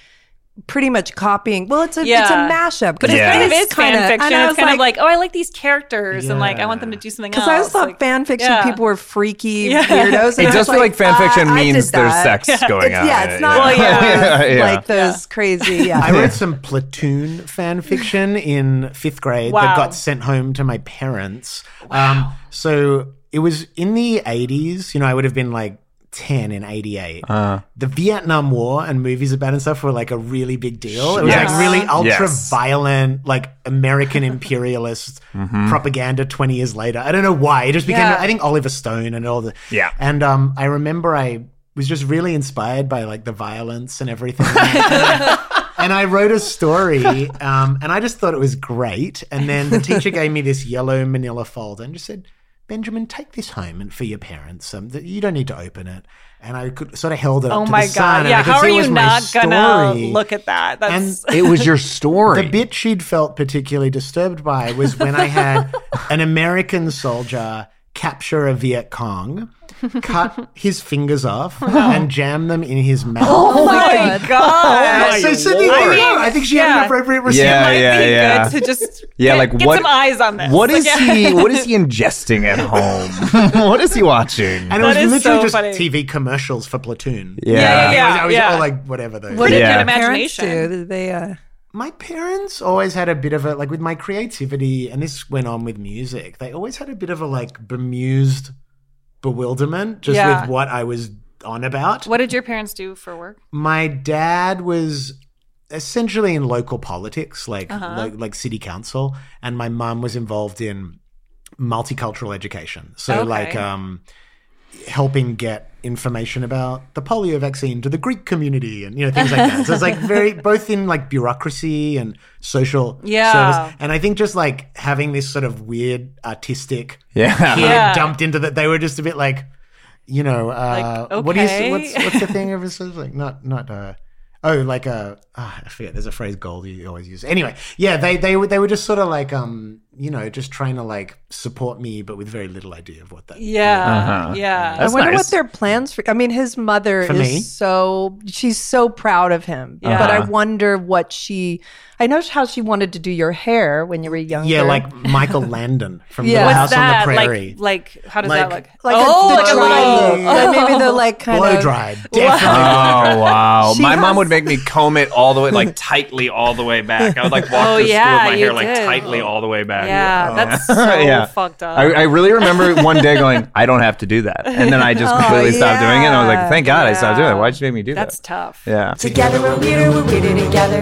Speaker 6: Pretty much copying. Well, it's a it's a
Speaker 3: Yeah.
Speaker 6: mashup, but
Speaker 5: Yeah.
Speaker 3: It
Speaker 5: It
Speaker 3: is fan fiction. It's kind of like, oh, I like these characters, and like I want them to do something else.
Speaker 6: because I always thought
Speaker 3: Like,
Speaker 6: fan fiction
Speaker 3: yeah.
Speaker 6: people were freaky
Speaker 3: Yeah.
Speaker 6: weirdos. and
Speaker 5: It
Speaker 6: I was
Speaker 5: does feel like fan fiction
Speaker 6: "Ah, I did
Speaker 5: means there's
Speaker 6: that."
Speaker 5: sex going
Speaker 6: It's-
Speaker 5: on.
Speaker 6: yeah,
Speaker 5: in
Speaker 6: it's
Speaker 5: it,
Speaker 6: not
Speaker 3: Well, yeah.
Speaker 6: those,
Speaker 5: Yeah.
Speaker 6: like those crazy.
Speaker 4: I
Speaker 6: Yeah,
Speaker 4: read some platoon fan fiction in fifth grade
Speaker 3: Wow.
Speaker 4: that got sent home to my parents. Um, so it was in the 80s. You know, I would have been like 10 in 88.
Speaker 5: Uh.
Speaker 4: the Vietnam War and movies about it and stuff were like a really big deal. It was
Speaker 5: Yes.
Speaker 4: like really ultra
Speaker 5: Yes.
Speaker 4: violent, like American imperialist
Speaker 5: Mm-hmm.
Speaker 4: propaganda 20 years later. I don't know why. It just became,
Speaker 3: Yeah.
Speaker 4: I think, Oliver Stone and all the.
Speaker 5: Yeah.
Speaker 4: And um, I remember I was just really inspired by like the violence and everything. and I wrote a story, um, and I just thought it was great. And then the teacher gave me this yellow Manila folder and just said, "Benjamin, take this home and for your parents. Um, th- you don't need to open it." And I could, sort of held it. up
Speaker 3: oh
Speaker 4: to
Speaker 3: my
Speaker 4: the sun,
Speaker 3: god,
Speaker 4: and
Speaker 3: yeah.
Speaker 4: I could
Speaker 3: How
Speaker 4: see
Speaker 3: are
Speaker 4: it was
Speaker 3: you
Speaker 4: my
Speaker 3: not gonna
Speaker 4: story.
Speaker 3: look at that? That's
Speaker 4: And-
Speaker 5: It was your story.
Speaker 4: The bit she'd felt particularly disturbed by was when I had an American soldier capture a Viet Cong, cut his fingers off, and jam them in his mouth.
Speaker 3: oh my god.
Speaker 4: so, so there you
Speaker 3: Lord.
Speaker 4: go. I think she had an
Speaker 3: Yeah.
Speaker 4: appropriate response.
Speaker 5: Yeah,
Speaker 3: Might
Speaker 5: yeah,
Speaker 3: be
Speaker 5: yeah.
Speaker 3: good to just
Speaker 5: Yeah,
Speaker 3: get,
Speaker 5: like
Speaker 3: get
Speaker 5: what?
Speaker 3: some eyes on this.
Speaker 5: What
Speaker 3: Like,
Speaker 5: is
Speaker 3: yeah.
Speaker 5: he? What is he ingesting at home? what is he watching?
Speaker 4: And it was
Speaker 3: That is
Speaker 4: literally
Speaker 3: so
Speaker 4: just
Speaker 3: funny.
Speaker 4: TV commercials for Platoon.
Speaker 3: Yeah, yeah, yeah.
Speaker 4: I was, all like, whatever though.
Speaker 6: What did
Speaker 5: Yeah.
Speaker 6: your
Speaker 5: Good
Speaker 6: parents do?
Speaker 3: imagination.
Speaker 6: Did they? Uh,
Speaker 4: My parents always had a bit of a like with my creativity, and this went on with music. They always had a bit of a like bemused bewilderment just
Speaker 3: Yeah.
Speaker 4: with what I was on about.
Speaker 3: What did your parents do for work?
Speaker 4: My dad was essentially in local politics, like
Speaker 3: Uh-huh.
Speaker 4: like, like city council, and my mum was involved in multicultural education. So
Speaker 3: Okay.
Speaker 4: like um helping get information about the polio vaccine to the Greek community and you know things like that. So it's like very both in like bureaucracy and social
Speaker 3: Yeah.
Speaker 4: service. And I think just like having this sort of weird artistic
Speaker 5: Yeah.
Speaker 4: kid
Speaker 3: Yeah.
Speaker 4: dumped into that they were just a bit like you know uh
Speaker 3: Like,
Speaker 4: what do you
Speaker 3: okay.
Speaker 4: what's what's the thing over so like not not uh oh like uh ah, I forget there's a phrase Goldie always uses. Anyway, yeah, they they were they were just sort of like um you know just trying to like support me but with very little idea of what that
Speaker 3: Yeah, yeah.
Speaker 6: I
Speaker 5: Uh-huh. That's
Speaker 6: wonder
Speaker 5: nice.
Speaker 6: what their plans for. I mean, his mother
Speaker 4: For
Speaker 6: is
Speaker 4: me?
Speaker 6: so she's so proud of him,
Speaker 3: Yeah.
Speaker 6: but
Speaker 5: Uh-huh.
Speaker 6: I wonder what she. I know how she wanted to do your hair when you were younger.
Speaker 4: Yeah, like Michael Landon from
Speaker 6: Yeah.
Speaker 4: Little
Speaker 6: What's
Speaker 4: House on the Prairie.
Speaker 3: Like, like, how does that
Speaker 4: Like-
Speaker 3: look?
Speaker 6: like
Speaker 3: oh,
Speaker 6: a, the
Speaker 3: like a
Speaker 6: dry,
Speaker 3: little.
Speaker 6: like maybe the like kind
Speaker 4: Blow
Speaker 6: of
Speaker 4: dried. Definitely.
Speaker 5: Oh wow!
Speaker 6: She
Speaker 5: my
Speaker 6: has-
Speaker 5: mom would make me comb it all the way, like tightly, all the way back. I would like walk
Speaker 3: Oh,
Speaker 5: to
Speaker 3: yeah,
Speaker 5: school with my
Speaker 3: you
Speaker 5: hair like
Speaker 3: did.
Speaker 5: tightly all the way back.
Speaker 3: Yeah, that's so
Speaker 5: Uh, Yeah.
Speaker 3: fucked up.
Speaker 5: I, I really remember one day going, I don't have to do that, and then I
Speaker 3: Oh,
Speaker 5: just completely stopped doing it. And I was like, Thank God I stopped doing it. Why'd you make me do
Speaker 3: that's
Speaker 5: that?
Speaker 3: tough.
Speaker 5: yeah.
Speaker 2: Together we're weirder, we're weirder together.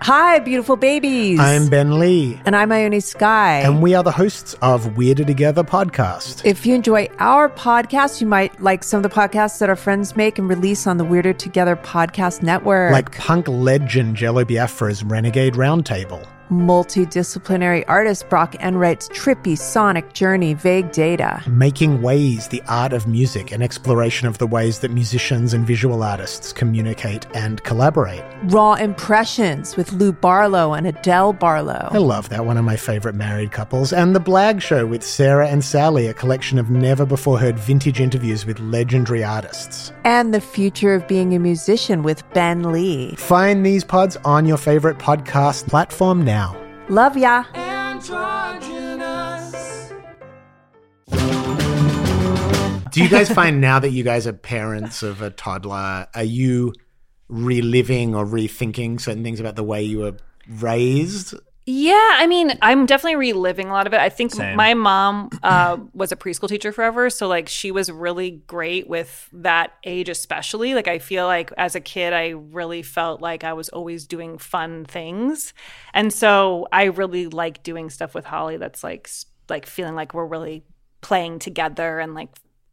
Speaker 6: Hi, beautiful babies.
Speaker 4: I'm Ben Lee,
Speaker 6: and I'm Ione Sky.
Speaker 4: and we are the hosts of Weirder Together podcast.
Speaker 6: If you enjoy our podcast, you might like some of the podcasts that our friends make and release on the Weirder Together Podcast Network.
Speaker 4: like punk legend Jello Biafra's Renegade Roundtable,
Speaker 1: multidisciplinary artist Brock Enright's trippy sonic journey, Vague Data.
Speaker 4: Making Ways, the art of music, an exploration of the ways that musicians and visual artists communicate and collaborate.
Speaker 1: Raw Impressions with Lou Barlow and Adele
Speaker 6: Oh.
Speaker 1: Barlow.
Speaker 4: I love that, one of my favorite married couples. And The Blag Show with Sarah and Sally, a collection of never before heard vintage interviews with legendary artists.
Speaker 1: And The Future of Being a Musician with Ben Lee.
Speaker 4: Find these pods on your favorite podcast platform now.
Speaker 1: Love ya.
Speaker 4: Do you guys find now that you guys are parents of a toddler, are you reliving or rethinking certain things about the way you were raised?
Speaker 3: Yeah, I mean, I'm definitely reliving a lot of it. I think my mom uh, was a preschool teacher forever, so like she was really great with that age, especially. Like I feel like as a kid, I really felt like I was always doing fun things, and so I really like doing stuff with Holly. That's like s- like feeling like we're really playing together and like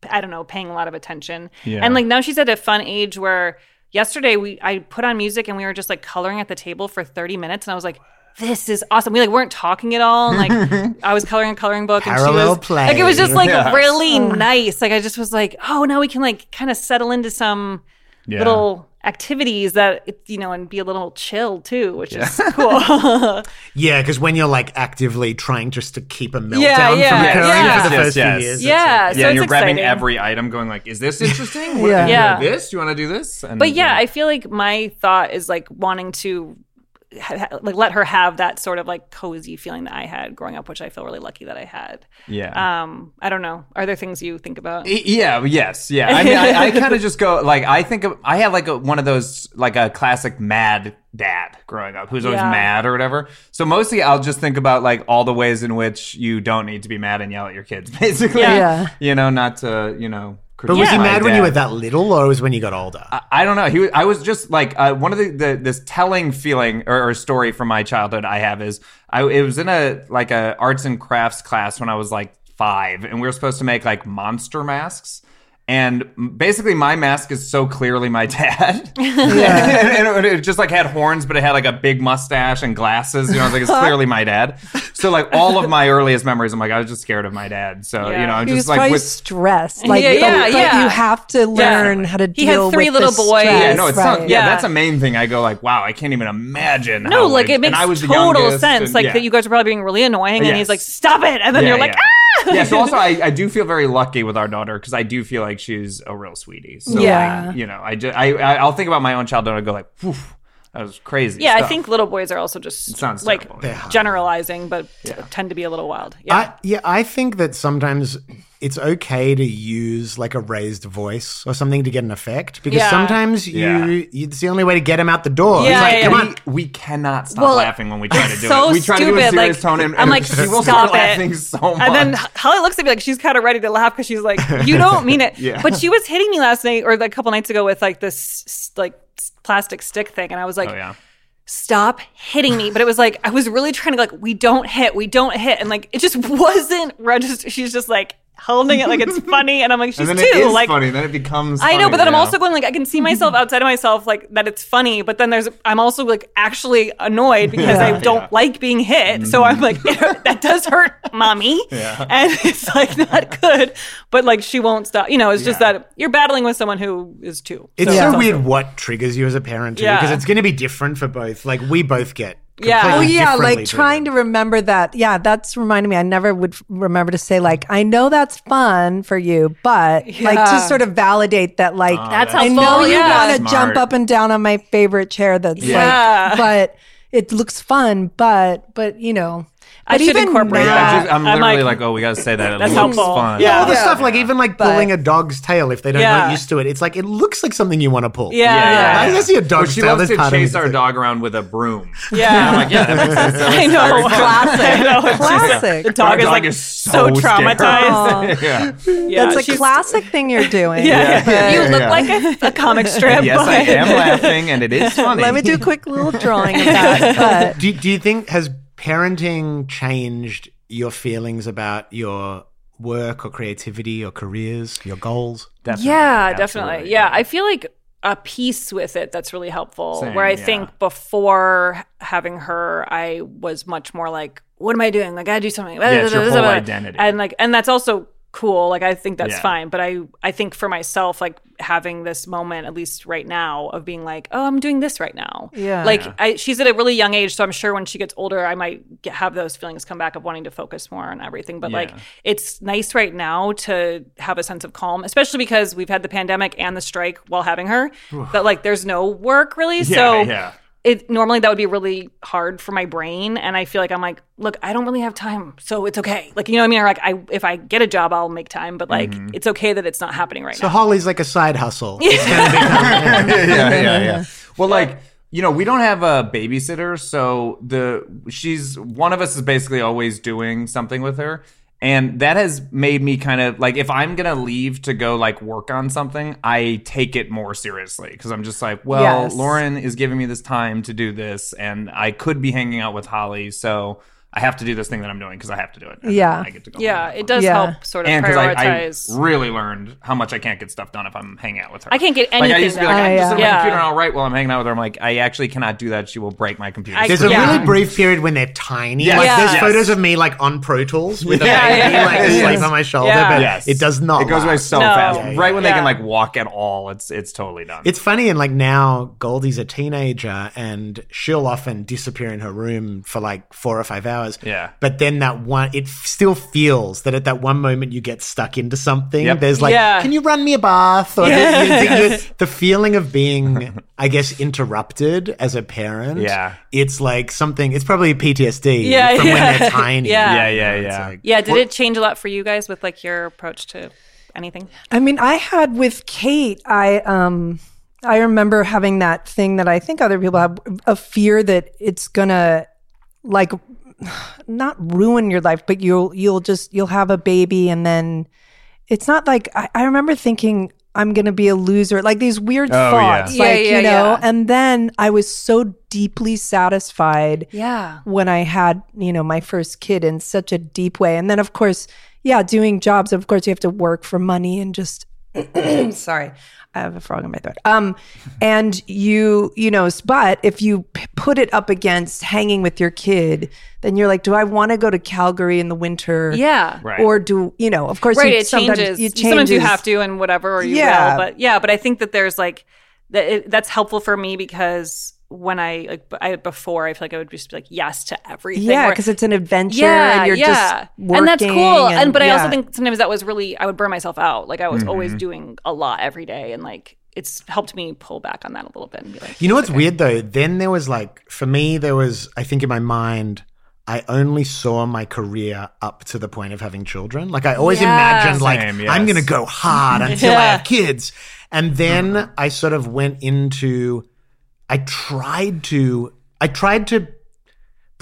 Speaker 3: I don't know, paying a lot of attention. And like now she's at a fun age where yesterday we I put on music and we were just like coloring at the table for 30 minutes, and I was like this is awesome. We like weren't talking at all. And, like I was coloring a coloring book and she
Speaker 4: Parallel
Speaker 3: was
Speaker 4: play.
Speaker 3: like it was just like
Speaker 5: Yeah.
Speaker 3: really nice. Like I just was like, oh, now we can like kind of settle into some
Speaker 5: Yeah.
Speaker 3: little activities that you know and be a little chill too, which is cool.
Speaker 4: Yeah, because when you're like actively trying just to keep a meltdown
Speaker 3: Yeah, yeah,
Speaker 4: from occurring
Speaker 3: yeah.
Speaker 4: for the
Speaker 5: Yes,
Speaker 4: first
Speaker 5: yes,
Speaker 4: few
Speaker 5: yes.
Speaker 4: years.
Speaker 3: yeah, so
Speaker 5: yeah,
Speaker 3: it's
Speaker 5: you're grabbing
Speaker 3: exciting.
Speaker 5: every item, going like, "Is this interesting? What,
Speaker 6: Yeah.
Speaker 5: you know,
Speaker 3: Yeah.
Speaker 5: this? You want to do this?" And,
Speaker 3: But yeah, I feel like my thought is like wanting to ha- ha- like let her have that sort of like cozy feeling that I had growing up, which I feel really lucky that I had.
Speaker 5: yeah.
Speaker 3: Um, I don't know. Are there things you think about?
Speaker 5: Y- E, Yeah. Yes. Yeah. I mean, I, I kind of just go like I think of, I had like a, one of those like a classic mad dad growing up who's always
Speaker 3: Yeah.
Speaker 5: mad or whatever. So mostly I'll just think about like all the ways in which you don't need to be mad and yell at your kids, basically.
Speaker 3: Yeah.
Speaker 6: Yeah.
Speaker 5: You know, not to you know.
Speaker 4: But was
Speaker 5: critique
Speaker 4: he
Speaker 5: my
Speaker 4: mad when you
Speaker 5: dad.
Speaker 4: were that little or was when you got older?
Speaker 5: I- I don't know. He was, I was just like uh, one of the, the this telling feeling or, or story from my childhood I have is I it was in a like a arts and crafts class when I was like five, and we were supposed to make like monster masks. And m- basically, my mask is so clearly my dad, and, and it just like had horns, but it had like a big mustache and glasses. You know, I was like, it's clearly my dad. So like all of my earliest memories, I'm like, I was just scared of my dad. So you know, I'm
Speaker 6: He was
Speaker 5: just like
Speaker 6: probably
Speaker 5: with
Speaker 6: stressed. Like,
Speaker 3: Yeah,
Speaker 6: the-
Speaker 3: yeah,
Speaker 6: like,
Speaker 3: yeah.
Speaker 6: you have to learn how to
Speaker 3: He had
Speaker 6: deal
Speaker 3: three
Speaker 6: with
Speaker 3: little
Speaker 6: the
Speaker 3: boys.
Speaker 6: stress,
Speaker 5: Yeah, no, it's
Speaker 6: right.
Speaker 5: not. Yeah,
Speaker 3: Yeah.
Speaker 5: that's a main thing. I go like, wow, I can't even imagine.
Speaker 3: No,
Speaker 5: how
Speaker 3: like it
Speaker 5: and
Speaker 3: makes
Speaker 5: I was the
Speaker 3: total
Speaker 5: youngest,
Speaker 3: sense.
Speaker 5: and-
Speaker 3: Like
Speaker 5: yeah.
Speaker 3: that you guys are probably being really annoying, and he's
Speaker 5: Yes.
Speaker 3: like, "Stop it!" And then
Speaker 5: Yeah,
Speaker 3: you're like, "Ah!"
Speaker 5: yeah. yeah. So also, I, I do feel very lucky with our daughter because I do feel like she's a real sweetie. So
Speaker 6: Yeah.
Speaker 5: like, you know, I just I I- I'll think about my own childhood and I go like, Phew, that was crazy.
Speaker 3: "Yeah." I
Speaker 5: stuff."
Speaker 3: think little boys are also just
Speaker 5: sounds
Speaker 3: like
Speaker 5: terrible. They are.
Speaker 3: generalizing, but tend to be a little wild. Yeah,
Speaker 4: I, yeah, I think that sometimes it's okay to use like a raised voice or something to get an effect because
Speaker 3: Yeah.
Speaker 4: sometimes you,
Speaker 5: Yeah.
Speaker 4: you it's the only way to get him out the door.
Speaker 3: Yeah,
Speaker 4: It's like,
Speaker 3: yeah,
Speaker 4: come
Speaker 3: yeah.
Speaker 4: on.
Speaker 5: We, we cannot stop
Speaker 3: uh, Well,
Speaker 5: laughing when we try to
Speaker 3: it's
Speaker 5: do
Speaker 3: so
Speaker 5: it. We try to do a
Speaker 3: stupid,
Speaker 5: serious
Speaker 3: like,
Speaker 5: tone, and,
Speaker 3: I'm like,
Speaker 5: and she will
Speaker 3: "Stop
Speaker 5: start
Speaker 3: it."
Speaker 5: laughing so much.
Speaker 3: And then H- Holly looks at me like she's kind of ready to laugh because she's like, "You don't mean it."
Speaker 5: Yeah.
Speaker 3: But she was hitting me last night or like, a couple nights ago with like this s- like s- plastic stick thing, and I was like,
Speaker 5: oh yeah,
Speaker 3: "Stop hitting me!" But it was like I was really trying to like, "We don't hit, we don't hit," and like it just wasn't registered. She's just like holding it like it's funny, and I'm like, "She's
Speaker 5: and then
Speaker 3: too
Speaker 5: it is
Speaker 3: like."
Speaker 5: funny. Then it becomes.
Speaker 3: I know,
Speaker 5: funny,
Speaker 3: but then
Speaker 5: you
Speaker 3: I'm also going like I can see myself outside of myself like that it's funny, but then there's I'm also like actually annoyed because I don't like being hit. So I'm like it hurt- that does hurt, mommy, and it's like not good. But like she won't stop. You know, it's just that you're battling with someone who is two.
Speaker 4: It's
Speaker 3: So-
Speaker 4: so, weird what triggers you as a parent too,
Speaker 3: Yeah.
Speaker 4: because it's going to be different for both. Like we both get
Speaker 3: Yeah.
Speaker 4: completely
Speaker 3: Oh,
Speaker 6: Oh yeah,
Speaker 4: differently
Speaker 6: like trying to remember that. Yeah, that's reminding me. I never would f- remember to say like, I know that's fun for you, but like to sort of validate that like
Speaker 3: Ah,
Speaker 8: That's
Speaker 6: I
Speaker 8: helpful,
Speaker 6: know you
Speaker 8: yeah.
Speaker 6: want to jump
Speaker 5: Smart.
Speaker 6: up and down on my favorite chair. That's
Speaker 3: Yeah.
Speaker 6: like, but it looks fun, but but you know,
Speaker 3: I
Speaker 6: but
Speaker 3: should incorporate
Speaker 6: now-
Speaker 3: that.
Speaker 5: I just, I'm,
Speaker 3: I'm
Speaker 5: literally
Speaker 3: like-
Speaker 5: like, oh, we gotta say that. It
Speaker 3: That's
Speaker 5: looks
Speaker 3: helpful.
Speaker 5: fun.
Speaker 3: Yeah.
Speaker 4: all the stuff, like even like pulling a dog's tail if they don't
Speaker 3: Yeah.
Speaker 4: get used to it. It's like it looks like something you want to pull.
Speaker 3: Yeah. Yeah, yeah,
Speaker 4: Like, I see a
Speaker 5: Or
Speaker 4: dog's
Speaker 5: she
Speaker 4: tail.
Speaker 5: loves
Speaker 4: that's
Speaker 5: to
Speaker 4: part of me.
Speaker 5: chase
Speaker 4: It's
Speaker 5: our
Speaker 4: like-
Speaker 5: dog around with a broom.
Speaker 3: yeah,
Speaker 5: I'm like, yeah, that makes sense. That
Speaker 3: I
Speaker 5: makes
Speaker 3: know.
Speaker 5: very fun.
Speaker 3: I know. It's just-
Speaker 6: Classic.
Speaker 3: The dog,
Speaker 5: Our
Speaker 3: is
Speaker 5: dog
Speaker 3: like
Speaker 5: is
Speaker 3: so,
Speaker 5: so
Speaker 3: traumatized.
Speaker 5: Yeah.
Speaker 3: Yeah,
Speaker 6: That's um, a
Speaker 3: she's-
Speaker 6: classic thing you're doing.
Speaker 3: Yeah,
Speaker 6: But-
Speaker 3: you look like a, a comic strip.
Speaker 5: Yes, I
Speaker 3: but-
Speaker 5: am laughing, and it is funny.
Speaker 6: Let me do a quick little drawing of that. But
Speaker 4: Do, do you think has parenting changed your feelings about your work or creativity or careers, your goals?
Speaker 5: Definitely.
Speaker 3: Yeah,
Speaker 5: Absolutely.
Speaker 3: definitely. Yeah, I feel like a piece with it that's really helpful.
Speaker 5: Same,
Speaker 3: where I
Speaker 5: yeah.
Speaker 3: think before having her, I was much more like, what am I doing? I gotta do something. Yeah,
Speaker 5: it's your whole identity.
Speaker 3: And like, and that's also cool. Like, I think that's
Speaker 5: Yeah.
Speaker 3: fine. But I, I think for myself, like having this moment, at least right now, of being like, oh, I'm doing this right now.
Speaker 6: Yeah.
Speaker 3: Like, I, she's at a really young age, so I'm sure when she gets older, I might get, have those feelings come back of wanting to focus more on everything. But like,
Speaker 5: Yeah.
Speaker 3: it's nice right now to have a sense of calm, especially because we've had the pandemic and the strike while having her. That like, there's no work really, so
Speaker 5: yeah.
Speaker 3: it normally that would be really hard for my brain, and I feel like I'm like, look, I don't really have time, so it's okay. Like, you know what I mean? Or like, I if I get a job, I'll make time, but like,
Speaker 5: Mm-hmm.
Speaker 3: it's okay that it's not happening right
Speaker 4: So
Speaker 3: now.
Speaker 4: Holly's like a side hustle.
Speaker 5: yeah, yeah, yeah. Well, like you know, we don't have a babysitter, so the she's one of us is basically always doing something with her. And that has made me kind of like if I'm gonna leave to go like work on something, I take it more seriously because I'm just like, well,
Speaker 6: Yes.
Speaker 5: Lauren is giving me this time to do this, and I could be hanging out with Holly, so I have to do this thing that I'm doing because I have to do it. and
Speaker 6: Yeah.
Speaker 5: I get to go.
Speaker 3: Yeah,
Speaker 5: hang out
Speaker 3: it
Speaker 5: with
Speaker 3: does
Speaker 6: Yeah.
Speaker 3: help sort of
Speaker 5: and because
Speaker 3: prioritize.
Speaker 5: I, I really learned how much I can't get stuff done if I'm hanging out with her.
Speaker 3: I can't get
Speaker 5: Like I
Speaker 3: anything
Speaker 5: used to be
Speaker 3: done.
Speaker 5: like, I'm
Speaker 6: Oh,
Speaker 5: just on my
Speaker 3: yeah.
Speaker 5: computer and I'll write while I'm hanging out with her. I'm like, I actually cannot do that. She will break my computer.
Speaker 3: I-
Speaker 4: There's a
Speaker 3: Yeah.
Speaker 4: really brief period when they're tiny.
Speaker 5: Yes.
Speaker 4: Like there's
Speaker 3: Yes.
Speaker 4: photos of me like on Pro Tools with
Speaker 5: Yeah,
Speaker 4: a baby
Speaker 3: yeah.
Speaker 4: like
Speaker 5: Yes.
Speaker 4: asleep on my shoulder,
Speaker 3: Yeah.
Speaker 4: but
Speaker 5: Yes.
Speaker 4: it does not.
Speaker 5: It goes away
Speaker 4: last.
Speaker 5: so
Speaker 3: No.
Speaker 5: fast.
Speaker 3: Yeah,
Speaker 4: yeah,
Speaker 5: right when they
Speaker 3: yeah.
Speaker 5: can like walk at all, it's it's totally done.
Speaker 4: It's funny, and like now Goldie's a teenager, and she'll often disappear in her room for like four or five hours.
Speaker 5: Yeah.
Speaker 4: But then that one, it f- still feels that at that one moment you get stuck into something.
Speaker 5: Yep.
Speaker 4: There's like,
Speaker 3: Yeah.
Speaker 4: can you run me a bath? Or the, the feeling of being, I guess, interrupted as a parent.
Speaker 5: Yeah.
Speaker 4: It's like something. It's probably PTSD
Speaker 3: Yeah,
Speaker 4: from when
Speaker 3: yeah.
Speaker 4: they're tiny.
Speaker 3: Yeah.
Speaker 5: yeah, yeah,
Speaker 4: It's
Speaker 5: yeah.
Speaker 4: like-
Speaker 3: yeah, did it change a lot for you guys with like your approach to anything?
Speaker 6: I mean, I had with Kate, I um I remember having that thing that I think other people have a fear that it's gonna like not ruin your life, but you'll you'll just you'll have a baby and then it's not like I, I remember thinking I'm gonna be a loser, like these weird
Speaker 5: yeah.
Speaker 6: thoughts.
Speaker 3: Yeah,
Speaker 6: Like,
Speaker 3: yeah,
Speaker 6: you know,
Speaker 3: yeah.
Speaker 6: and then I was so deeply satisfied
Speaker 3: Yeah.
Speaker 6: when I had, you know, my first kid in such a deep way. And then of course, yeah, doing jobs, of course you have to work for money and just sorry. I have a frog in my throat. Um and you, you know, s- but if you p- put it up against hanging with your kid, then you're like, do I want to go to Calgary in the winter?
Speaker 3: Yeah.
Speaker 5: Right.
Speaker 6: Or do, you know, of course
Speaker 3: right
Speaker 6: you
Speaker 3: it
Speaker 6: sometimes-
Speaker 3: changes.
Speaker 6: you
Speaker 3: You- sometimes you
Speaker 6: changes.
Speaker 3: have to and whatever or you
Speaker 6: Yeah.
Speaker 3: will but yeah but i think that there's like that it, that's helpful for me because when i like b- I, before i feel like i would just be like yes to everything
Speaker 6: Yeah,
Speaker 3: or-
Speaker 6: because it's an adventure and you're just working.
Speaker 3: and that's cool. And, but I
Speaker 6: yeah. Mm-hmm.
Speaker 3: also think sometimes that was really I would burn myself out. Like I was always doing a lot every day, and like it's helped me pull back on that a little bit. And be like,
Speaker 4: You know what's weird though? Then there was like, for me, there was, I think in my mind, I only saw my career up to the point of having children. Like I always
Speaker 3: Yeah.
Speaker 4: imagined like,
Speaker 5: Same,
Speaker 4: I'm
Speaker 5: yes.
Speaker 4: going to go hard until I have kids. And then
Speaker 5: Mm-hmm.
Speaker 4: I sort of went into, I tried to, I tried to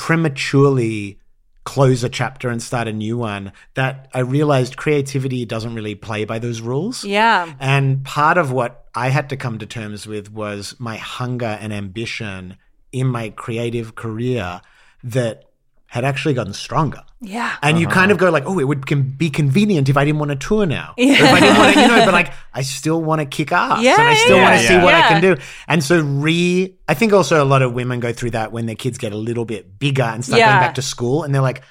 Speaker 4: prematurely close a chapter and start a new one that I realized creativity doesn't really play by those rules.
Speaker 3: yeah,
Speaker 4: And part of what I had to come to terms with was my hunger and ambition in my creative career that had actually gotten stronger.
Speaker 3: yeah,
Speaker 4: And you kind of go like, oh, it would can be convenient if I didn't want to tour now. Or If I didn't want to, you know, but like, I still want to kick ass
Speaker 3: Yeah,
Speaker 4: and I still
Speaker 3: yeah,
Speaker 4: want to
Speaker 5: yeah.
Speaker 4: see what
Speaker 3: Yeah.
Speaker 4: I can do. And so re, I think also a lot of women go through that when their kids get a little bit bigger and start
Speaker 3: Yeah.
Speaker 4: going back to school and they're like,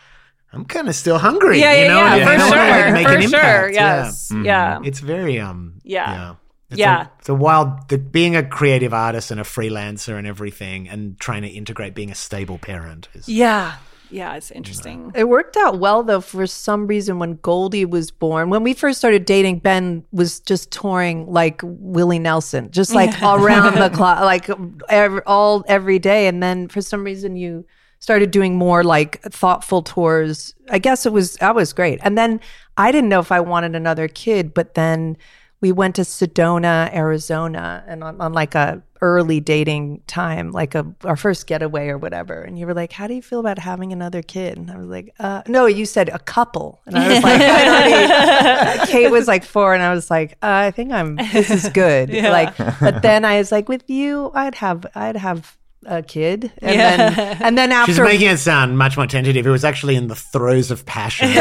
Speaker 4: I'm kind of still hungry.
Speaker 3: yeah,
Speaker 4: you
Speaker 3: yeah,
Speaker 4: know,
Speaker 3: yeah,
Speaker 4: and I
Speaker 3: for
Speaker 4: kinda wanna, like,
Speaker 3: sure,
Speaker 4: make
Speaker 3: for
Speaker 4: an
Speaker 3: sure,
Speaker 4: impact. Yeah.
Speaker 3: yes, yeah.
Speaker 4: It's very um
Speaker 3: Yeah.
Speaker 4: It's
Speaker 3: Yeah.
Speaker 4: a, it's a wild the, being a creative artist and a freelancer and everything and trying to integrate being a stable parent is
Speaker 3: yeah, yeah. It's interesting.
Speaker 6: It worked out well though for some reason when Goldie was born. When we first started dating, Ben was just touring like Willie Nelson, just like around the clock, like ev all every day. And then for some reason you started doing more like thoughtful tours. I guess it was that was great. And then I didn't know if I wanted another kid, but then we went to Sedona, Arizona, and on, on like a early dating time, like a our first getaway or whatever. And you were like, "How do you feel about having another kid?" And I was like, uh, "No, you said a couple." And I was like, "I already." Kate was like four, and I was like, uh, "I think I'm. This is good." Like, but then I was like, "With you, I'd have, I'd have." A kid, and then and then after
Speaker 4: She's making it sound much more tentative. It was actually in the throes of passion. she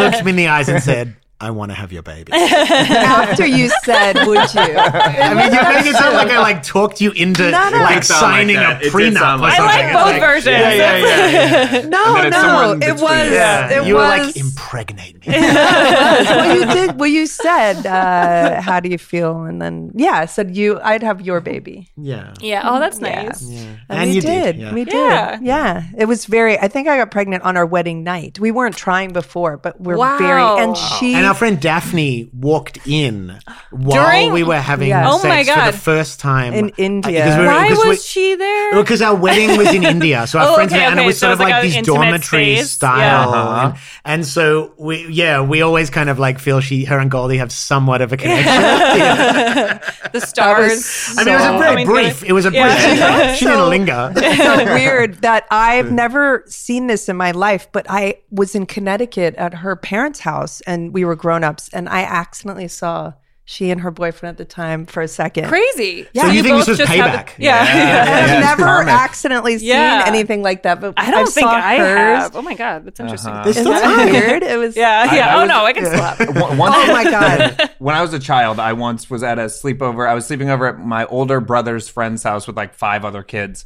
Speaker 4: looked me in the eyes and said, I want to have your baby.
Speaker 6: After you said, would you?
Speaker 4: I mean, you're making it sound like I like talked you into like
Speaker 5: sound like
Speaker 4: signing
Speaker 5: that.
Speaker 4: a
Speaker 5: It did
Speaker 4: prenup.
Speaker 5: sound
Speaker 4: or
Speaker 5: like
Speaker 3: I
Speaker 4: something.
Speaker 5: that.
Speaker 3: like
Speaker 4: It's
Speaker 3: both versions.
Speaker 5: Yeah, yeah, yeah, yeah.
Speaker 6: No,
Speaker 5: then it's somewhere
Speaker 6: no.
Speaker 5: in
Speaker 6: It
Speaker 5: between.
Speaker 6: was.
Speaker 5: Yeah,
Speaker 6: It
Speaker 4: you were
Speaker 6: was.
Speaker 4: like impregnate me.
Speaker 6: well, you did. Well, you said, uh, "How do you feel?" And then, yeah, I said, "You, I'd have your baby."
Speaker 4: yeah.
Speaker 3: Yeah. Oh, that's
Speaker 6: Yeah.
Speaker 3: nice.
Speaker 6: And,
Speaker 4: Mm-hmm. And
Speaker 6: we
Speaker 4: you
Speaker 6: did.
Speaker 4: did, yeah.
Speaker 6: We did.
Speaker 3: Yeah.
Speaker 6: Yeah. It was very. I think I got pregnant on our wedding night. We weren't trying before, but we're very.
Speaker 3: Wow.
Speaker 6: And she.
Speaker 4: And our friend Daphne walked in while
Speaker 3: During-
Speaker 4: we were having
Speaker 6: Yeah.
Speaker 3: Oh
Speaker 4: sex
Speaker 3: my
Speaker 4: for
Speaker 3: God.
Speaker 4: the first time
Speaker 6: In
Speaker 4: Uh,
Speaker 6: India.
Speaker 4: because we were-
Speaker 3: Why
Speaker 4: because we-
Speaker 3: was she there?
Speaker 4: Because our wedding was in India, so our
Speaker 3: Oh,
Speaker 4: friends
Speaker 3: okay,
Speaker 4: were, and
Speaker 3: okay.
Speaker 4: it was
Speaker 3: So it
Speaker 4: sort of
Speaker 3: was
Speaker 4: like,
Speaker 3: like a
Speaker 4: these
Speaker 3: intimate
Speaker 4: dormitory
Speaker 3: space.
Speaker 4: style,
Speaker 5: Yeah. Uh-huh.
Speaker 4: and, and so we, yeah, we always kind of like feel she, her, and Goldie have somewhat of a connection. Yeah.
Speaker 3: the stars.
Speaker 4: I mean, it was a
Speaker 3: So-
Speaker 4: very
Speaker 3: I mean,
Speaker 4: brief.
Speaker 3: the-
Speaker 4: It was a brief.
Speaker 3: Yeah.
Speaker 4: she didn't linger.
Speaker 6: it's so weird that I've never seen this in my life, but I was in Connecticut at her parents' house and we were grown ups and I accidentally saw she and her boyfriend at the time for a second.
Speaker 3: Crazy.
Speaker 6: Yeah. So
Speaker 3: We
Speaker 4: you think
Speaker 3: both
Speaker 4: this was
Speaker 3: just had the-
Speaker 4: payback?
Speaker 3: yeah.
Speaker 6: And I've
Speaker 5: Yeah, it's
Speaker 6: never
Speaker 5: karmic.
Speaker 6: accidentally seen
Speaker 3: Yeah.
Speaker 6: anything like that. But
Speaker 3: I don't
Speaker 6: saw
Speaker 3: think I
Speaker 6: hers.
Speaker 3: have. Oh my god, that's interesting.
Speaker 4: There's
Speaker 6: Isn't
Speaker 4: still
Speaker 6: that
Speaker 4: time.
Speaker 6: weird? It was
Speaker 3: Yeah, yeah.
Speaker 5: I
Speaker 3: oh
Speaker 5: was-
Speaker 3: no, I can slap.
Speaker 5: One- one-
Speaker 6: Oh my god.
Speaker 5: when I was a child, I once was at a sleepover. I was sleeping over at my older brother's friend's house with like five other kids.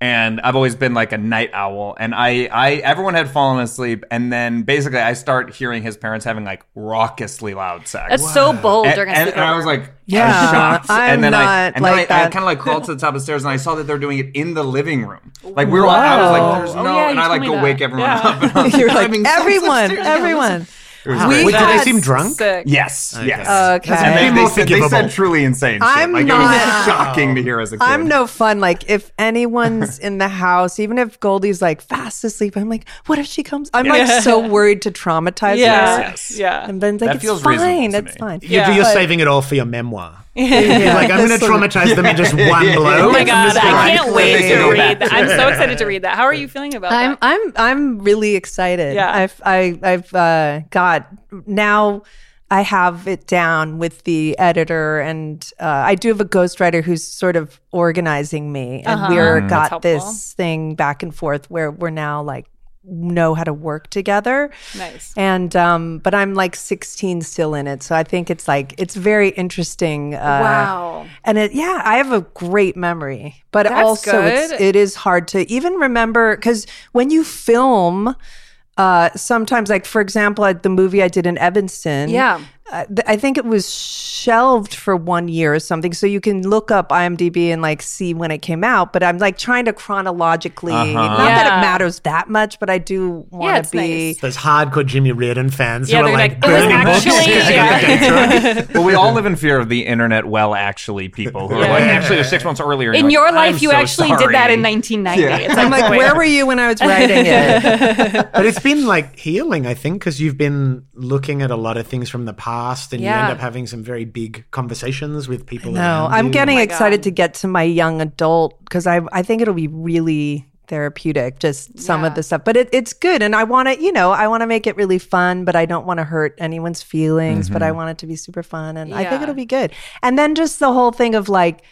Speaker 5: And I've always been like a night owl. And I, I, everyone had fallen asleep. And then basically I start hearing his parents having like raucously loud sex.
Speaker 3: That's so bold.
Speaker 5: and,
Speaker 3: during a
Speaker 5: and- and I
Speaker 3: sleepover.
Speaker 5: was like, I
Speaker 6: Yeah,
Speaker 5: was shocked.
Speaker 6: I'm
Speaker 5: and then I,
Speaker 6: not
Speaker 5: and then
Speaker 6: like
Speaker 5: I, I
Speaker 6: that.
Speaker 5: kind of like crawled to the top of the stairs and I saw that they're doing it in the living room. Like we were, all, I was like, there's
Speaker 3: Oh,
Speaker 5: no,
Speaker 3: yeah,
Speaker 5: and
Speaker 3: you
Speaker 5: I
Speaker 3: told
Speaker 5: like
Speaker 3: me
Speaker 5: go
Speaker 3: that.
Speaker 5: wake everyone
Speaker 3: Yeah.
Speaker 5: up. And I was
Speaker 6: You're
Speaker 5: like,
Speaker 6: like
Speaker 5: having sex
Speaker 6: everyone,
Speaker 5: upstairs. Yeah, it was-
Speaker 6: everyone.
Speaker 5: It was
Speaker 4: Wow.
Speaker 5: great.
Speaker 4: Wait, did they
Speaker 6: had
Speaker 4: seem drunk?
Speaker 3: sick.
Speaker 5: Yes. Yes.
Speaker 6: Okay.
Speaker 5: And
Speaker 4: Way
Speaker 5: they,
Speaker 4: more
Speaker 5: they, said, they
Speaker 4: forgivable.
Speaker 5: said truly insane shit.
Speaker 6: I'm
Speaker 5: like it
Speaker 6: not-
Speaker 5: was shocking to hear as a kid.
Speaker 6: I'm no fun. Like if anyone's in the house, even if Goldie's like fast asleep, I'm like, what if she comes? I'm like so worried to traumatize
Speaker 3: yeah,
Speaker 6: her.
Speaker 5: Yes.
Speaker 3: yeah.
Speaker 6: And Ben's like,
Speaker 5: That
Speaker 6: it's
Speaker 5: feels reasonable
Speaker 6: fine.
Speaker 5: to
Speaker 6: It's
Speaker 5: me.
Speaker 6: fine.
Speaker 4: You're,
Speaker 3: Yeah.
Speaker 4: you're
Speaker 3: But-
Speaker 4: saving it all for your memoir.
Speaker 6: Yeah.
Speaker 4: You're like, I'm going
Speaker 6: This
Speaker 4: to
Speaker 6: sort of-
Speaker 4: traumatize them in just one blow.
Speaker 3: Oh my
Speaker 4: I'm
Speaker 3: god,
Speaker 4: just
Speaker 3: I
Speaker 4: gonna, like,
Speaker 3: can't wait
Speaker 5: Yeah.
Speaker 3: to read that. I'm so excited to read that. How are you feeling about
Speaker 6: I'm
Speaker 3: that?
Speaker 6: I'm I'm really excited.
Speaker 3: Yeah.
Speaker 6: I've I, I've uh, got now. I have it down with the editor, and uh, I do have a ghostwriter who's sort of organizing me. And we're got
Speaker 3: Uh-huh. helpful.
Speaker 6: this thing back and forth where we're now like know how to work together.
Speaker 3: Nice.
Speaker 6: And um, but I'm like 16 still in it, so I think it's like it's very interesting. Uh,
Speaker 3: Wow.
Speaker 6: And it, yeah, I have a great memory, but also it's,
Speaker 3: good.
Speaker 6: it is hard to even remember because when you film, uh, sometimes like for example, like the movie I did in Evanston,
Speaker 3: Yeah.
Speaker 6: uh, th- I think it was shelved for one year or something. So you can look up IMDb and like see when it came out. But I'm like trying to chronologically, not that
Speaker 3: Yeah.
Speaker 6: it matters that much, but I do want
Speaker 3: it's
Speaker 6: to be.
Speaker 3: nice.
Speaker 4: Those hardcore Jimmy Reardon fans
Speaker 3: Yeah,
Speaker 4: who are
Speaker 3: they're
Speaker 4: like,
Speaker 3: like, it was
Speaker 4: burning books
Speaker 3: actually-
Speaker 4: 'cause they got the
Speaker 3: yeah.
Speaker 4: dates wrong.
Speaker 5: well, we all live in fear of the internet. Well, actually, people who are like, actually, it was six months earlier.
Speaker 3: In
Speaker 5: You're
Speaker 3: your
Speaker 5: like,
Speaker 3: life,
Speaker 5: "I'm
Speaker 3: you
Speaker 5: so
Speaker 3: actually did
Speaker 5: sorry."
Speaker 3: that in 1990. It's like,
Speaker 6: I'm like,
Speaker 3: wait.
Speaker 6: where were you when I was writing it?
Speaker 4: But it's been like healing, I think, because you've been looking at a lot of things from the past, and you
Speaker 3: Yeah.
Speaker 4: end up having some very big conversations with people.
Speaker 6: no,
Speaker 4: around
Speaker 6: I'm
Speaker 4: you.
Speaker 6: getting excited
Speaker 3: Oh God.
Speaker 6: to get to my young adult because I I think it'll be really therapeutic just some of the stuff but it, it's good and i want to you know i want to make it really fun but i don't want to hurt anyone's feelings but i want it to be super fun and i think
Speaker 3: Mm-hmm. Yeah.
Speaker 6: it'll be good and then just the whole thing of like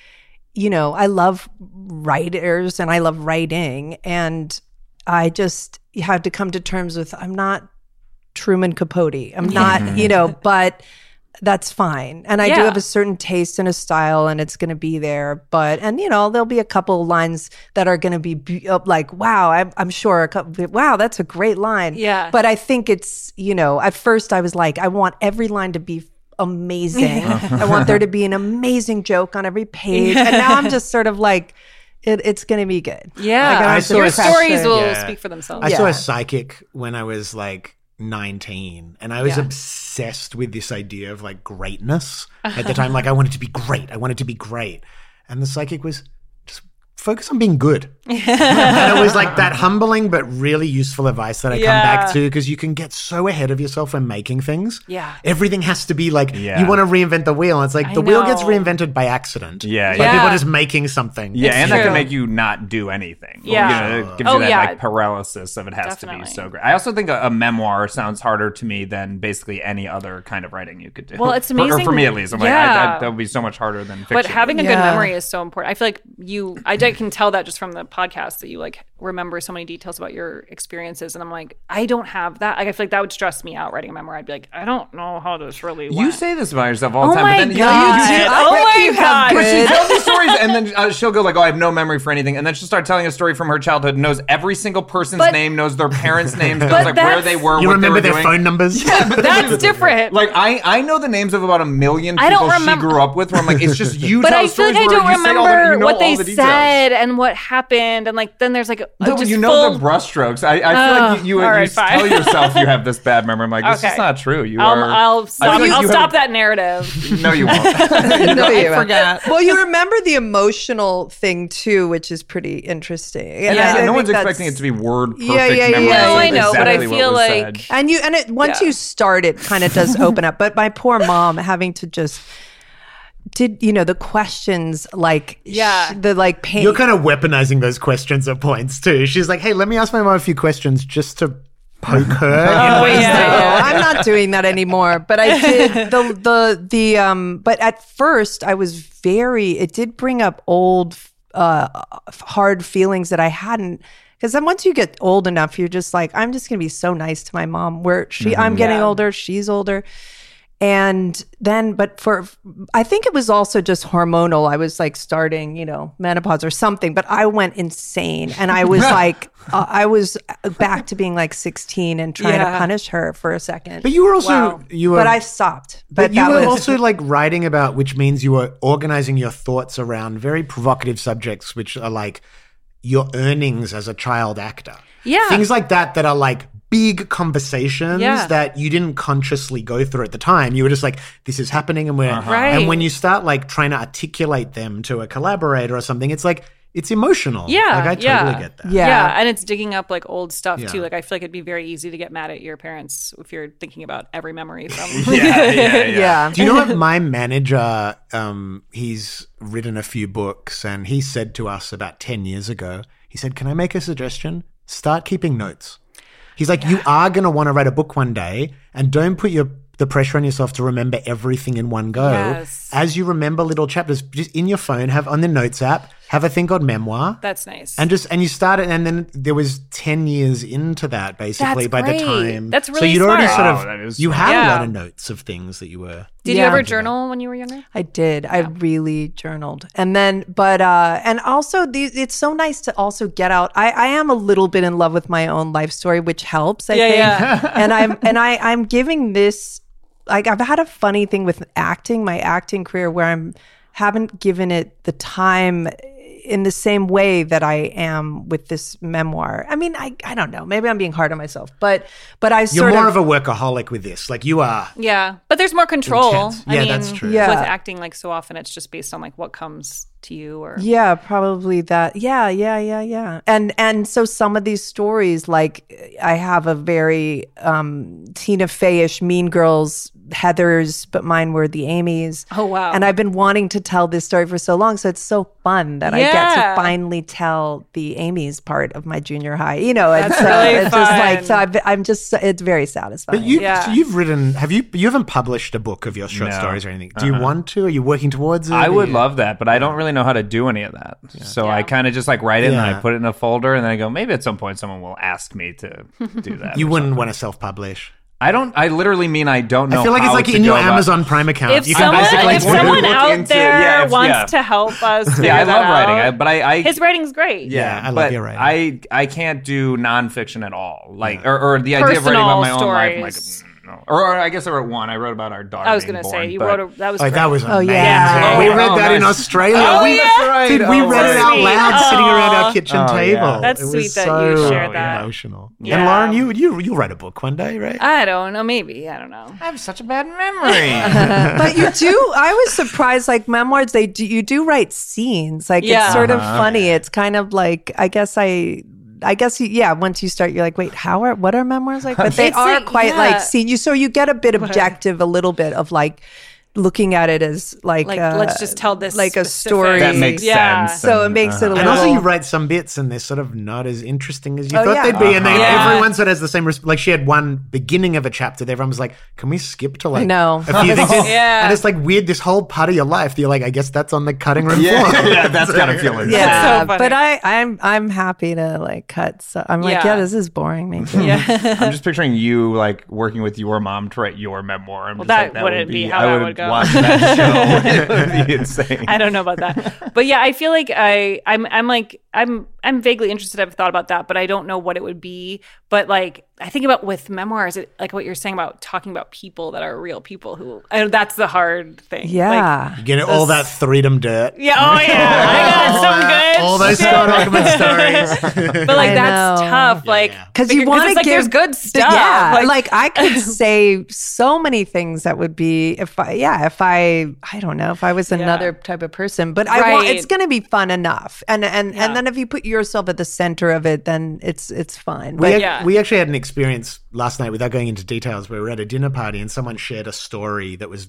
Speaker 6: you know i love writers and i love writing and i just had to come to terms with i'm not truman capote i'm
Speaker 3: Mm-hmm.
Speaker 6: not you know but that's fine. And I do
Speaker 3: Yeah.
Speaker 6: have a certain taste and a style, and it's going to be there. But and you know, there'll be a couple lines that are going to be be- uh, like, wow, I'm, I'm sure a couple. Wow, that's a great line.
Speaker 3: Yeah.
Speaker 6: But I think it's you know, at first I was like, I want every line to be amazing. I want there to be an amazing joke on every page. And now I'm just sort of like, it, it's going to be good.
Speaker 3: Yeah.
Speaker 6: Like, I don't
Speaker 4: I
Speaker 6: have to
Speaker 4: saw
Speaker 3: Your
Speaker 4: a-
Speaker 6: pressure.
Speaker 3: stories will
Speaker 4: Yeah.
Speaker 3: speak for themselves.
Speaker 4: I saw
Speaker 6: Yeah.
Speaker 4: a psychic when I was like 19 and I was
Speaker 3: Yeah.
Speaker 4: obsessed with this idea of like greatness at the time like I wanted to be great I wanted to be great and the psychic was just focus on being good and it was like that humbling but really useful advice that I come
Speaker 3: Yeah.
Speaker 4: back to because you can get so ahead of yourself when making things
Speaker 3: Yeah.
Speaker 4: everything has to be like
Speaker 5: Yeah.
Speaker 4: you want to reinvent the wheel and it's like
Speaker 3: I
Speaker 4: the wheel gets
Speaker 3: know.
Speaker 4: reinvented by accident
Speaker 5: Yeah,
Speaker 4: like
Speaker 5: yeah.
Speaker 4: people
Speaker 3: Yeah.
Speaker 4: are just making something
Speaker 5: Yeah, and that
Speaker 3: true.
Speaker 5: can make you not do anything.
Speaker 3: Yeah.
Speaker 5: you know, it gives
Speaker 3: Oh,
Speaker 5: you that
Speaker 3: yeah.
Speaker 5: like paralysis of it has to
Speaker 3: Definitely.
Speaker 5: be so great. I also think a, a memoir sounds harder to me than basically any other kind of writing you could do.
Speaker 3: Well, it's
Speaker 5: For- or for
Speaker 3: amazing-
Speaker 5: me at least, I'm like, I,
Speaker 3: Yeah.
Speaker 5: I, that would be so much harder than fiction.
Speaker 3: But having a good
Speaker 6: Yeah.
Speaker 3: memory is so important. I feel like you, I, di- can tell that just from the podcast that you like remember so many details about your experiences. And I'm like, I don't have that. Like, I feel like that would stress me out writing a memoir. I'd be like, I don't know how this really
Speaker 5: You
Speaker 3: went.
Speaker 5: say this about yourself all the
Speaker 8: Oh
Speaker 5: time,
Speaker 8: my
Speaker 5: but then
Speaker 8: God.
Speaker 5: you, you do.
Speaker 3: Oh my God.
Speaker 5: But she tells these stories, and then uh, she'll go like, "Oh, I have no memory for anything," and then she'll start telling a story from her childhood. Knows every single person's
Speaker 8: But-
Speaker 5: name, knows their parents' names, knows
Speaker 8: But
Speaker 5: like where
Speaker 8: that's-
Speaker 5: they were,
Speaker 4: You
Speaker 5: what
Speaker 4: remember
Speaker 5: they
Speaker 4: their
Speaker 5: were doing.
Speaker 4: phone numbers?
Speaker 3: That's different.
Speaker 5: Like I, I know the names of about a million people
Speaker 3: I don't remember-
Speaker 5: she grew up with. Where I'm like, it's just you.
Speaker 3: but
Speaker 5: tell
Speaker 3: I feel
Speaker 5: stories
Speaker 3: like I
Speaker 5: where
Speaker 3: don't
Speaker 5: you say all the-
Speaker 3: remember
Speaker 5: you know
Speaker 3: what
Speaker 5: all
Speaker 3: they
Speaker 5: the details.
Speaker 3: said and what happened. And like, then there's like, a-
Speaker 5: No, but
Speaker 3: just
Speaker 5: you know the
Speaker 3: full-
Speaker 5: brushstrokes. I, I feel like you, you,
Speaker 3: all
Speaker 5: you
Speaker 3: right, fine.
Speaker 5: tell yourself you have this bad memory. I'm like, this is
Speaker 3: Okay.
Speaker 5: not true. You
Speaker 3: I'll,
Speaker 5: are.
Speaker 3: I'll
Speaker 5: I
Speaker 3: stop,
Speaker 5: feel like
Speaker 3: I'll
Speaker 5: you
Speaker 3: stop
Speaker 5: have-
Speaker 3: that narrative.
Speaker 5: No, you won't.
Speaker 6: No, you won't.
Speaker 5: forgot.
Speaker 6: Well, you remember the emotional thing too, which is pretty interesting. And
Speaker 5: yeah,
Speaker 6: I- I
Speaker 5: no
Speaker 6: think
Speaker 5: one's
Speaker 6: that's-
Speaker 5: expecting it to be word perfect.
Speaker 6: Yeah, yeah, yeah.
Speaker 5: memorization
Speaker 6: No,
Speaker 5: of
Speaker 6: I know, but I
Speaker 5: exactly what
Speaker 3: feel
Speaker 5: was
Speaker 3: like-
Speaker 5: said.
Speaker 6: And you and it once
Speaker 3: Yeah.
Speaker 6: you start, it kind of does open up. But my poor mom having to just did you know the questions like
Speaker 3: Yeah.
Speaker 6: the like pain
Speaker 4: You're kind of weaponizing those questions at points too. She's like, "Hey, let me ask my mom a few questions just to poke her."
Speaker 3: Oh, yeah.
Speaker 6: No, I'm not doing that anymore. But I did the the the um. But at first, I was very. It did bring up old, uh, f- hard feelings that I hadn't. Because then once you get old enough, you're just like, I'm just gonna be so nice to my mom. Where she, I'm getting older, she's older. And then, but for, I think it was also just hormonal. I was like starting, you know, menopause or something, but I went insane. And I was like, uh, I was back to being like 16 and trying to
Speaker 3: Yeah.
Speaker 6: punish her for a second.
Speaker 4: But you were also
Speaker 3: Wow.
Speaker 4: you were
Speaker 6: But I stopped. But,
Speaker 4: But, you
Speaker 6: that
Speaker 4: were
Speaker 6: was,
Speaker 4: also like writing about, which means you were organizing your thoughts around very provocative subjects, which are like your earnings as a child actor.
Speaker 3: Yeah.
Speaker 4: Things like that that are like big conversations
Speaker 3: Yeah.
Speaker 4: that you didn't consciously go through at the time. You were just like, this is happening and we're
Speaker 3: Right.
Speaker 4: and when you start like trying to articulate them to a collaborator or something, it's like it's emotional.
Speaker 3: Yeah,
Speaker 4: Like I totally
Speaker 3: yeah.
Speaker 4: get that.
Speaker 6: yeah.
Speaker 3: and it's digging up like old stuff
Speaker 4: Yeah.
Speaker 3: too. Like I feel like it'd be very easy to get mad at your parents if you're thinking about every memory from.
Speaker 5: yeah, yeah, yeah.
Speaker 6: yeah.
Speaker 4: Do you know what my manager? Um, he's written a few books, and he said to us about ten years ago. He said, "Can I make a suggestion? Start keeping notes." He's like, "You are going to want to write a book one day, and don't put your the pressure on yourself to remember everything in one go.
Speaker 3: Yes.
Speaker 4: As you remember little chapters, just in your phone, have on the notes app, have a thing called memoir."
Speaker 3: That's nice.
Speaker 4: and just and you started and then there was 10 years into that basically
Speaker 3: That's
Speaker 4: by
Speaker 3: great.
Speaker 4: the time
Speaker 3: That's
Speaker 4: so
Speaker 3: really
Speaker 4: you'd already
Speaker 3: smart.
Speaker 4: sort
Speaker 5: Wow, that
Speaker 4: of
Speaker 5: is
Speaker 4: you
Speaker 5: smart.
Speaker 4: had a
Speaker 3: Yeah.
Speaker 4: lot of notes of things that you were
Speaker 3: Did
Speaker 6: Yeah.
Speaker 3: you ever journal when you were younger?
Speaker 6: I did. I really journaled. And then, but, uh, and also these, it's so nice to also get out. I, I am a little bit in love with my own life story, which helps, I
Speaker 3: Yeah,
Speaker 6: think.
Speaker 3: yeah.
Speaker 6: and I'm, and I, I'm giving this, like, I've had a funny thing with acting, my acting career where I'm, haven't given it the time in the same way that I am with this memoir. I mean, I, I don't know. Maybe I'm being hard on myself, but, but I
Speaker 4: You're
Speaker 6: sort
Speaker 4: more
Speaker 6: of
Speaker 4: of, a workaholic with this. Like you are.
Speaker 3: Yeah, but there's more control.
Speaker 4: Intense.
Speaker 3: I
Speaker 4: Yeah,
Speaker 3: mean,
Speaker 4: that's true.
Speaker 6: Yeah.
Speaker 3: With acting, like so often, it's just based on like what comes to you or
Speaker 6: Yeah, probably that. Yeah, yeah, yeah, yeah. And and so some of these stories, like I have a very um, Tina Fey-ish Mean Girls, Heather's, but mine were the Amy's.
Speaker 3: Oh, wow.
Speaker 6: And I've been wanting to tell this story for so long, so it's so fun that I get to
Speaker 3: Yeah.
Speaker 6: finally tell the Amy's part of my junior high. You know, and
Speaker 3: That's
Speaker 6: so
Speaker 3: really
Speaker 6: it's just like
Speaker 3: fun.
Speaker 6: so. I've, I'm just it's very satisfying.
Speaker 4: But you,
Speaker 3: Yeah.
Speaker 4: so you've written. Have you? You haven't published a book of your short
Speaker 5: No. Uh-uh.
Speaker 4: stories or anything. Do you want to? Are you working towards it?
Speaker 5: I would
Speaker 4: Are you-
Speaker 5: love that, but I don't really know how to do any of that. So I kind of just like write it and then
Speaker 4: Yeah.
Speaker 5: I put it in a folder and then I go, maybe at some point someone will ask me to do that.
Speaker 4: You
Speaker 5: or
Speaker 4: wouldn't
Speaker 5: something.
Speaker 4: want to self-publish.
Speaker 5: I don't. I literally mean I don't know.
Speaker 4: I feel like it's
Speaker 5: how
Speaker 4: like
Speaker 5: to
Speaker 4: in
Speaker 5: go
Speaker 4: your
Speaker 5: about-
Speaker 4: Amazon Prime account.
Speaker 3: If
Speaker 4: you can
Speaker 3: someone,
Speaker 4: basically
Speaker 3: if
Speaker 4: do-
Speaker 3: someone
Speaker 5: look
Speaker 3: out
Speaker 5: into-
Speaker 3: there
Speaker 5: yeah, if-
Speaker 3: wants
Speaker 5: yeah.
Speaker 3: to help us, figure
Speaker 5: Yeah, I
Speaker 3: that
Speaker 5: love
Speaker 3: out,
Speaker 5: writing, I, but I, I
Speaker 3: His writing's great.
Speaker 5: Yeah,
Speaker 4: Yeah, I love
Speaker 5: but
Speaker 4: your writing.
Speaker 5: I I can't do nonfiction at all. Like or, or the idea of writing
Speaker 3: Personal
Speaker 5: about my own life. I'm like,
Speaker 3: stories.
Speaker 5: mm, no. or, or I guess I wrote one. I wrote about our daughter.
Speaker 3: I was
Speaker 5: going
Speaker 3: gonna
Speaker 5: to
Speaker 3: say you wrote a that was
Speaker 4: Oh, that
Speaker 3: great.
Speaker 4: was
Speaker 6: Oh,
Speaker 4: amazing.
Speaker 6: yeah.
Speaker 5: Oh,
Speaker 4: we
Speaker 5: yeah.
Speaker 4: read
Speaker 5: Oh,
Speaker 4: that in
Speaker 5: nice.
Speaker 4: Australia.
Speaker 3: Oh,
Speaker 4: we,
Speaker 3: yeah.
Speaker 5: That's right.
Speaker 4: Dude, we
Speaker 5: Oh,
Speaker 4: read it out
Speaker 3: sweet.
Speaker 4: loud sitting around
Speaker 3: Aw.
Speaker 4: our kitchen
Speaker 5: Oh, yeah.
Speaker 4: table.
Speaker 3: That's
Speaker 4: It was
Speaker 3: sweet that
Speaker 4: so
Speaker 3: you shared that.
Speaker 4: Emotional.
Speaker 3: Yeah.
Speaker 4: And Lauren, you you you'll write a book one day, right?
Speaker 3: I don't know. Maybe I don't know.
Speaker 5: I have such a bad memory.
Speaker 6: but you do. I was surprised. Like memoirs, they do. You do write scenes. Like
Speaker 3: Yeah.
Speaker 6: it's sort of
Speaker 4: Uh-huh.
Speaker 6: funny. It's kind of like I guess I. I guess you, yeah. Once you start, you're like, wait, how are what are memoirs like? But they
Speaker 3: It's
Speaker 6: are
Speaker 3: like-
Speaker 6: quite
Speaker 3: yeah.
Speaker 6: like scene. You so you get a bit objective, a little bit of like. looking at it as like,
Speaker 3: Like,
Speaker 6: uh,
Speaker 3: let's just tell this
Speaker 6: like a
Speaker 3: specific-
Speaker 6: story.
Speaker 5: That makes
Speaker 3: Yeah.
Speaker 5: sense.
Speaker 6: So it
Speaker 5: and,
Speaker 6: makes it a
Speaker 4: And
Speaker 6: little.
Speaker 4: also, you write some bits, and they're sort of not as interesting as you
Speaker 6: Oh,
Speaker 4: thought
Speaker 6: yeah.
Speaker 4: they'd be. And then
Speaker 3: Uh-huh. Yeah.
Speaker 4: everyone sort of has the same resp- like she had one beginning of a chapter. That everyone was like, "Can we skip to like
Speaker 6: know.
Speaker 4: a few things?"
Speaker 3: Yeah.
Speaker 4: And it's like weird. This whole part of your life, that you're like, I guess that's on the cutting room floor.
Speaker 5: yeah, yeah, that's got a feeling.
Speaker 6: yeah,
Speaker 3: so funny.
Speaker 6: but I, I'm I'm happy to like cut. So I'm like,
Speaker 3: Yeah.
Speaker 6: yeah, this is boring. Maybe.
Speaker 5: I'm just picturing you like working with your mom to write your memoir. And
Speaker 3: Well, that wouldn't be how
Speaker 5: I
Speaker 3: that
Speaker 5: would,
Speaker 3: would go.
Speaker 5: Watch that show. it would be insane.
Speaker 3: I don't know about that. But yeah, I feel like I I'm I'm like I'm I'm vaguely interested. I've thought about that, but I don't know what it would be. But like I think about with memoirs, it, like what you're saying about talking about people that are real people who and that's the hard thing. Like,
Speaker 6: Yeah.
Speaker 4: You get all that freedom dirt.
Speaker 3: yeah. Oh yeah. I got some good.
Speaker 4: All those
Speaker 3: shit.
Speaker 4: Scott Ackerman stories.
Speaker 3: But like
Speaker 6: I
Speaker 3: that's
Speaker 6: know.
Speaker 3: tough. Like
Speaker 6: because you
Speaker 3: it's
Speaker 6: want to
Speaker 3: like
Speaker 6: give
Speaker 3: there's good stuff.
Speaker 6: Yeah,
Speaker 3: Like-
Speaker 6: like, I could say so many things that would be if I yeah if I I don't know if I was another type of person, but I want
Speaker 3: Right.
Speaker 6: it's going to be fun enough, and and
Speaker 3: Yeah.
Speaker 6: and then if you put yourself at the center of it, then it's it's fine.
Speaker 4: We,
Speaker 6: But
Speaker 4: ac-
Speaker 3: Yeah.
Speaker 4: we actually had an experience last night without going into details. We were at a dinner party and someone shared a story that was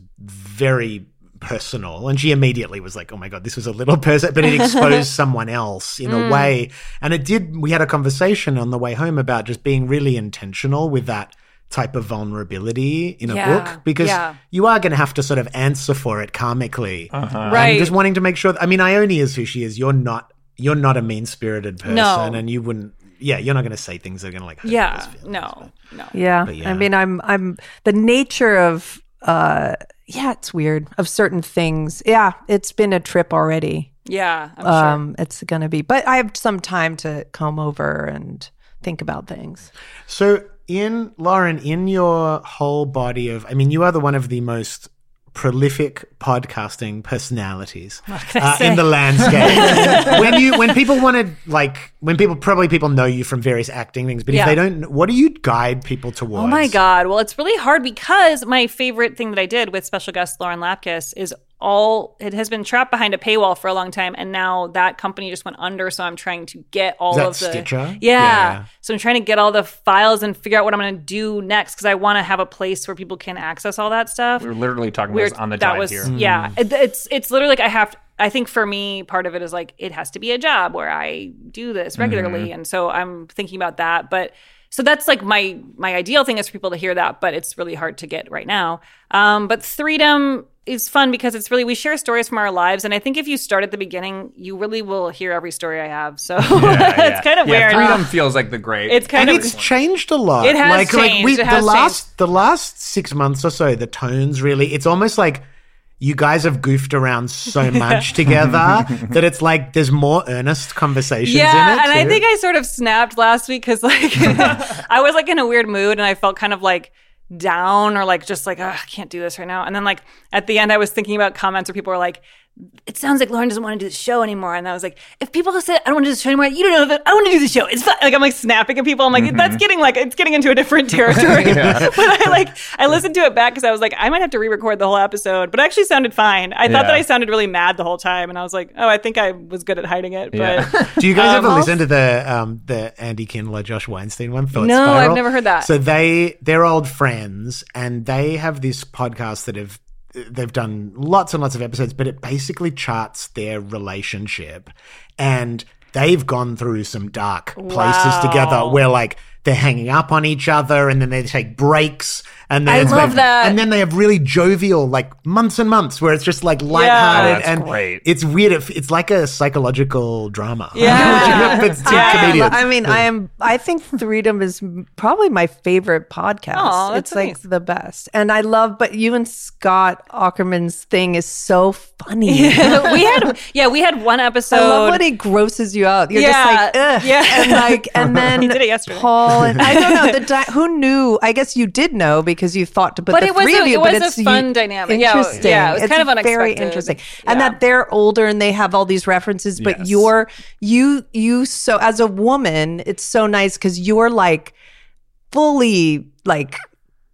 Speaker 4: very personal. And she immediately was like, oh my God, this was a little person, but it exposed someone else in
Speaker 3: Mm.
Speaker 4: a way. And it did. We had a conversation on the way home about just being really intentional with that type of vulnerability in a
Speaker 3: Yeah.
Speaker 4: book because
Speaker 3: Yeah.
Speaker 4: you are going to have to sort of answer for it karmically. And
Speaker 3: Right.
Speaker 4: just wanting to make sure. I mean, Ione is who she is. You're not. You're not a mean spirited person,
Speaker 3: No.
Speaker 4: and you wouldn't. Yeah, you're not going to say things that are going to like. hurt people's
Speaker 3: yeah.
Speaker 4: feelings.
Speaker 3: No. No.
Speaker 6: yeah, I mean I'm I'm the nature of uh yeah it's weird of certain things. Yeah, it's been a trip already.
Speaker 3: Yeah. I'm sure.
Speaker 6: Um, it's going to be, but I have some time to comb over and think about things.
Speaker 4: So, in Lauren, in your whole body of, I mean, you are the one of the most prolific podcasting personalities uh, in the landscape. when you, when people wanted, like, when people probably people know you from various acting things, but
Speaker 3: Yeah.
Speaker 4: if they don't, what do you guide people towards?
Speaker 3: Oh my God. Well, it's really hard because my favorite thing that I did with special guest Lauren Lapkus is all it has been trapped behind a paywall for a long time. And now that company just went under. So I'm trying to get all
Speaker 4: that
Speaker 3: of the.
Speaker 4: Stitcher?
Speaker 3: Yeah.
Speaker 4: Yeah.
Speaker 3: So I'm trying to get all the files and figure out what I'm going to do next because I want to have a place where people can access all that stuff.
Speaker 5: We're literally talking about
Speaker 3: We're-
Speaker 5: this on the
Speaker 3: that
Speaker 5: drive
Speaker 3: was
Speaker 5: here.
Speaker 3: yeah It- it's it's literally like i have i think for me part of it is like it has to be a job where i do
Speaker 5: Mm-hmm.
Speaker 3: this regularly and so i'm thinking about that but so that's like my my ideal thing is for people to hear that but it's really hard to get right now um, but freedom is fun because it's really we share stories from our lives and i think if you start at the beginning you really will hear every story i have so
Speaker 5: Yeah, yeah.
Speaker 3: it's kind of
Speaker 5: Yeah,
Speaker 3: weird
Speaker 5: Freedom feels like the great.
Speaker 3: it's kind
Speaker 4: and
Speaker 3: of
Speaker 4: it's changed a lot.
Speaker 3: It has
Speaker 4: like, Like
Speaker 3: changed.
Speaker 4: we,
Speaker 3: It has
Speaker 4: the last the last six months or so, the tones really. It's almost like you guys have goofed around so much together that it's like there's more earnest conversations
Speaker 3: yeah,
Speaker 4: in it.
Speaker 3: and I
Speaker 4: too.
Speaker 3: think I sort of snapped last week because like I was like in a weird mood and I felt kind of like down or like just like "Ugh, I can't do this right now. And then like at the end, I was thinking about comments where people were like. It sounds like Lauren doesn't want to do the show anymore, and I was like, "If people said I don't want to do the show anymore, you don't know if it, I don't want to do the show." It's fine. like I'm like snapping at people. I'm like,
Speaker 4: Mm-hmm.
Speaker 3: "That's getting like it's getting into a different territory." but I like I listened to it back because I was like, "I might have to re-record the whole episode," but it actually sounded fine. I thought that
Speaker 5: Yeah.
Speaker 3: I sounded really mad the whole time, and I was like, "Oh, I think I was good at hiding it." But
Speaker 5: Yeah.
Speaker 4: Do you guys ever listen to the um, the Andy Kindler Josh Weinstein one? Thought
Speaker 3: No, I've
Speaker 4: Spiral?
Speaker 3: never heard that.
Speaker 4: So they they're old friends, and they have this podcast that have they've done lots and lots of episodes, but it basically charts their relationship and. They've gone through some dark places together where like they're hanging up on each other and then they take breaks and then I
Speaker 3: love that.
Speaker 4: and then they have really jovial like months and months where it's just like lighthearted
Speaker 5: Oh, That's
Speaker 4: and
Speaker 5: great.
Speaker 4: it's weird it, it's like a psychological drama.
Speaker 3: Yeah.
Speaker 4: It's two
Speaker 6: I am-
Speaker 4: comedians.
Speaker 6: I mean, I am. I think Freedom is m- probably my favorite podcast.
Speaker 3: Aw, that's
Speaker 6: it's like
Speaker 3: nice.
Speaker 6: the best, and I love. But you and Scott Ackerman's thing is so funny.
Speaker 3: we had yeah, we had one episode.
Speaker 6: I love when he grosses you out. You're just
Speaker 3: Yeah,
Speaker 6: like, Ugh.
Speaker 3: yeah.
Speaker 6: and like, and then
Speaker 3: He did it yesterday.
Speaker 6: Paul, and, I don't know. The di- who knew? I guess you did know because you thought to put
Speaker 3: But
Speaker 6: the
Speaker 3: it was
Speaker 6: three
Speaker 3: a-
Speaker 6: of you.
Speaker 3: it
Speaker 6: but
Speaker 3: was a
Speaker 6: it's
Speaker 3: fun
Speaker 6: u-
Speaker 3: dynamic. Yeah, it was-
Speaker 6: Interesting.
Speaker 3: yeah, it was
Speaker 6: It's
Speaker 3: kind of
Speaker 6: very
Speaker 3: unexpected.
Speaker 6: interesting, and
Speaker 3: Yeah.
Speaker 6: that they're older and they have all these references. But
Speaker 5: Yes.
Speaker 6: you're you you so as a woman, it's so nice because you're like fully like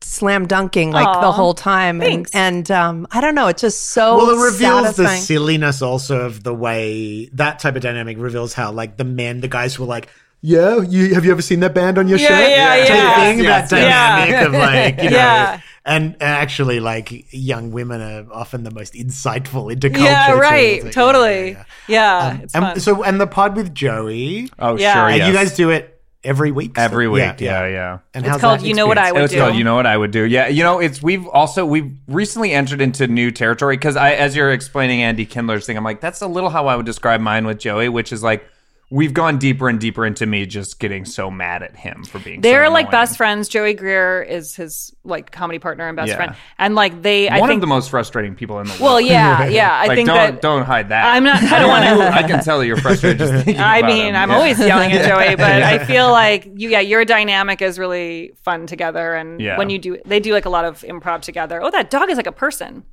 Speaker 6: slam dunking like
Speaker 3: Aw,
Speaker 6: the whole time
Speaker 3: thanks.
Speaker 6: and and um i don't know it's just so
Speaker 4: well, it reveals the
Speaker 6: satisfying.
Speaker 4: silliness also of the way that type of dynamic reveals how like the men, the guys who are like, yeah, you have you ever seen that band on your
Speaker 3: Yeah,
Speaker 4: shirt?
Speaker 3: yeah,
Speaker 4: Type
Speaker 3: yeah.
Speaker 4: thing,
Speaker 5: Yes,
Speaker 4: that
Speaker 5: yes,
Speaker 4: dynamic of like, you know,
Speaker 3: Yeah.
Speaker 4: and and actually, like young women are often the most insightful into culture.
Speaker 3: Yeah,
Speaker 4: too.
Speaker 3: right.
Speaker 4: It's like, yeah,
Speaker 3: totally.
Speaker 4: yeah,
Speaker 3: Yeah,
Speaker 4: yeah. Um,
Speaker 3: it's
Speaker 4: and
Speaker 3: fun.
Speaker 4: so and the pod with Joey.
Speaker 5: Oh,
Speaker 3: Yeah.
Speaker 5: sure.
Speaker 4: and
Speaker 5: Yes.
Speaker 4: you guys do it every week.
Speaker 5: every week. Yeah, yeah.
Speaker 4: And
Speaker 3: it's
Speaker 4: how's
Speaker 3: called
Speaker 4: that
Speaker 3: You Know What I
Speaker 4: experience?
Speaker 3: Would
Speaker 5: It's
Speaker 3: Do.
Speaker 5: called, you know what I would do. Yeah, you know it's we've also we've recently entered into new territory because I, as you're explaining Andy Kindler's thing, I'm like that's a little how I would describe mine with Joey, which is like we've gone deeper and deeper into me just getting so mad at him for being. so
Speaker 3: They're like
Speaker 5: annoying.
Speaker 3: best friends. Joey Greer is his like comedy partner and best
Speaker 5: Yeah.
Speaker 3: friend, and like they. I
Speaker 5: One
Speaker 3: think.
Speaker 5: of the most frustrating people in the world.
Speaker 3: well, yeah, yeah. I
Speaker 5: like,
Speaker 3: think
Speaker 5: don't
Speaker 3: that.
Speaker 5: don't hide that.
Speaker 3: I'm not- I don't
Speaker 5: wanna. I can tell that you're frustrated. Just thinking
Speaker 3: I
Speaker 5: about
Speaker 3: mean,
Speaker 5: him.
Speaker 3: I'm
Speaker 5: Yeah.
Speaker 3: always yelling at Joey, but I feel like you, yeah, your dynamic is really fun together. And
Speaker 5: Yeah.
Speaker 3: when you do, they do like a lot of improv together. Oh, that dog is like a person.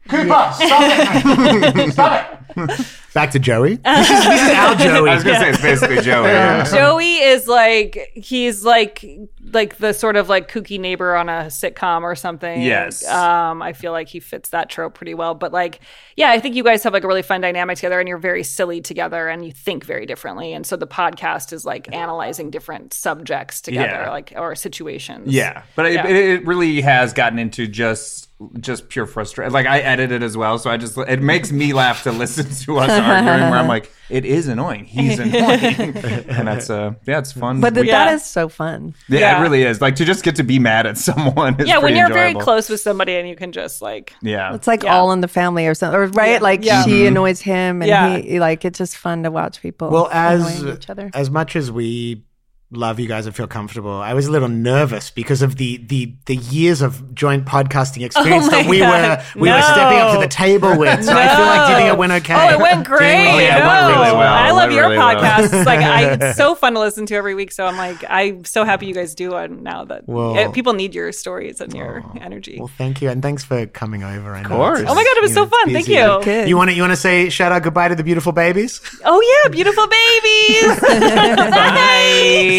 Speaker 4: Back to Joey. this, is, this is our Joey.
Speaker 5: I was gonna say it's basically Joey. yeah.
Speaker 3: Joey is like he's like like the sort of like kooky neighbor on a sitcom or something.
Speaker 5: Yes.
Speaker 3: Um, I feel like he fits that trope pretty well. But like, yeah, I think you guys have like a really fun dynamic together and you're very silly together and you think very differently. And so the podcast is like analyzing different subjects together,
Speaker 5: Yeah.
Speaker 3: like or situations.
Speaker 5: Yeah, but it,
Speaker 3: Yeah.
Speaker 5: It, it really has gotten into just just pure frustration. Like I edit it as well, so I just it makes me laugh to listen to us arguing. Where I'm like, it is annoying. He's annoying, and that's uh yeah, it's fun.
Speaker 6: But th-
Speaker 5: We-
Speaker 6: that
Speaker 3: Yeah.
Speaker 6: is so fun.
Speaker 5: yeah,
Speaker 3: yeah.
Speaker 5: it really is. Like to just get to be mad at someone. Is
Speaker 3: Yeah, when
Speaker 5: pretty
Speaker 3: you're very
Speaker 5: enjoyable.
Speaker 3: close with somebody and you can just like
Speaker 5: Yeah,
Speaker 6: It's like all in the family or something, or right? Like
Speaker 3: Yeah.
Speaker 6: she annoys him, and
Speaker 3: Yeah.
Speaker 6: he like it's just fun to watch people.
Speaker 4: Well, as
Speaker 6: annoying each other.
Speaker 4: as much as we love you guys and feel comfortable, I was a little nervous because of the the the years of joint podcasting experience
Speaker 3: Oh my
Speaker 4: that we
Speaker 3: God.
Speaker 4: were we were stepping up to the table with. So I feel like
Speaker 3: No.
Speaker 4: did it went okay?
Speaker 3: Oh, it went great.
Speaker 5: Oh, yeah, it went
Speaker 3: No.
Speaker 5: really well.
Speaker 3: I
Speaker 5: It
Speaker 3: love
Speaker 5: went
Speaker 3: your
Speaker 5: really well.
Speaker 3: podcast. It's like I, it's so fun to listen to every week. So I'm like, I'm so happy you guys do one now that
Speaker 4: Well- oh,
Speaker 3: eh, people need your stories and your energy.
Speaker 4: Well, thank you, and thanks for coming over. Of
Speaker 5: course.
Speaker 3: Oh my God, it was so fun. Thank you.
Speaker 6: Good.
Speaker 4: You want to you want to say shout out goodbye to the beautiful babies?
Speaker 3: Oh yeah, beautiful babies. Bye.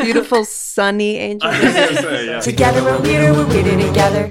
Speaker 6: beautiful sunny angel.
Speaker 2: Together we're weirder, we're weirder together.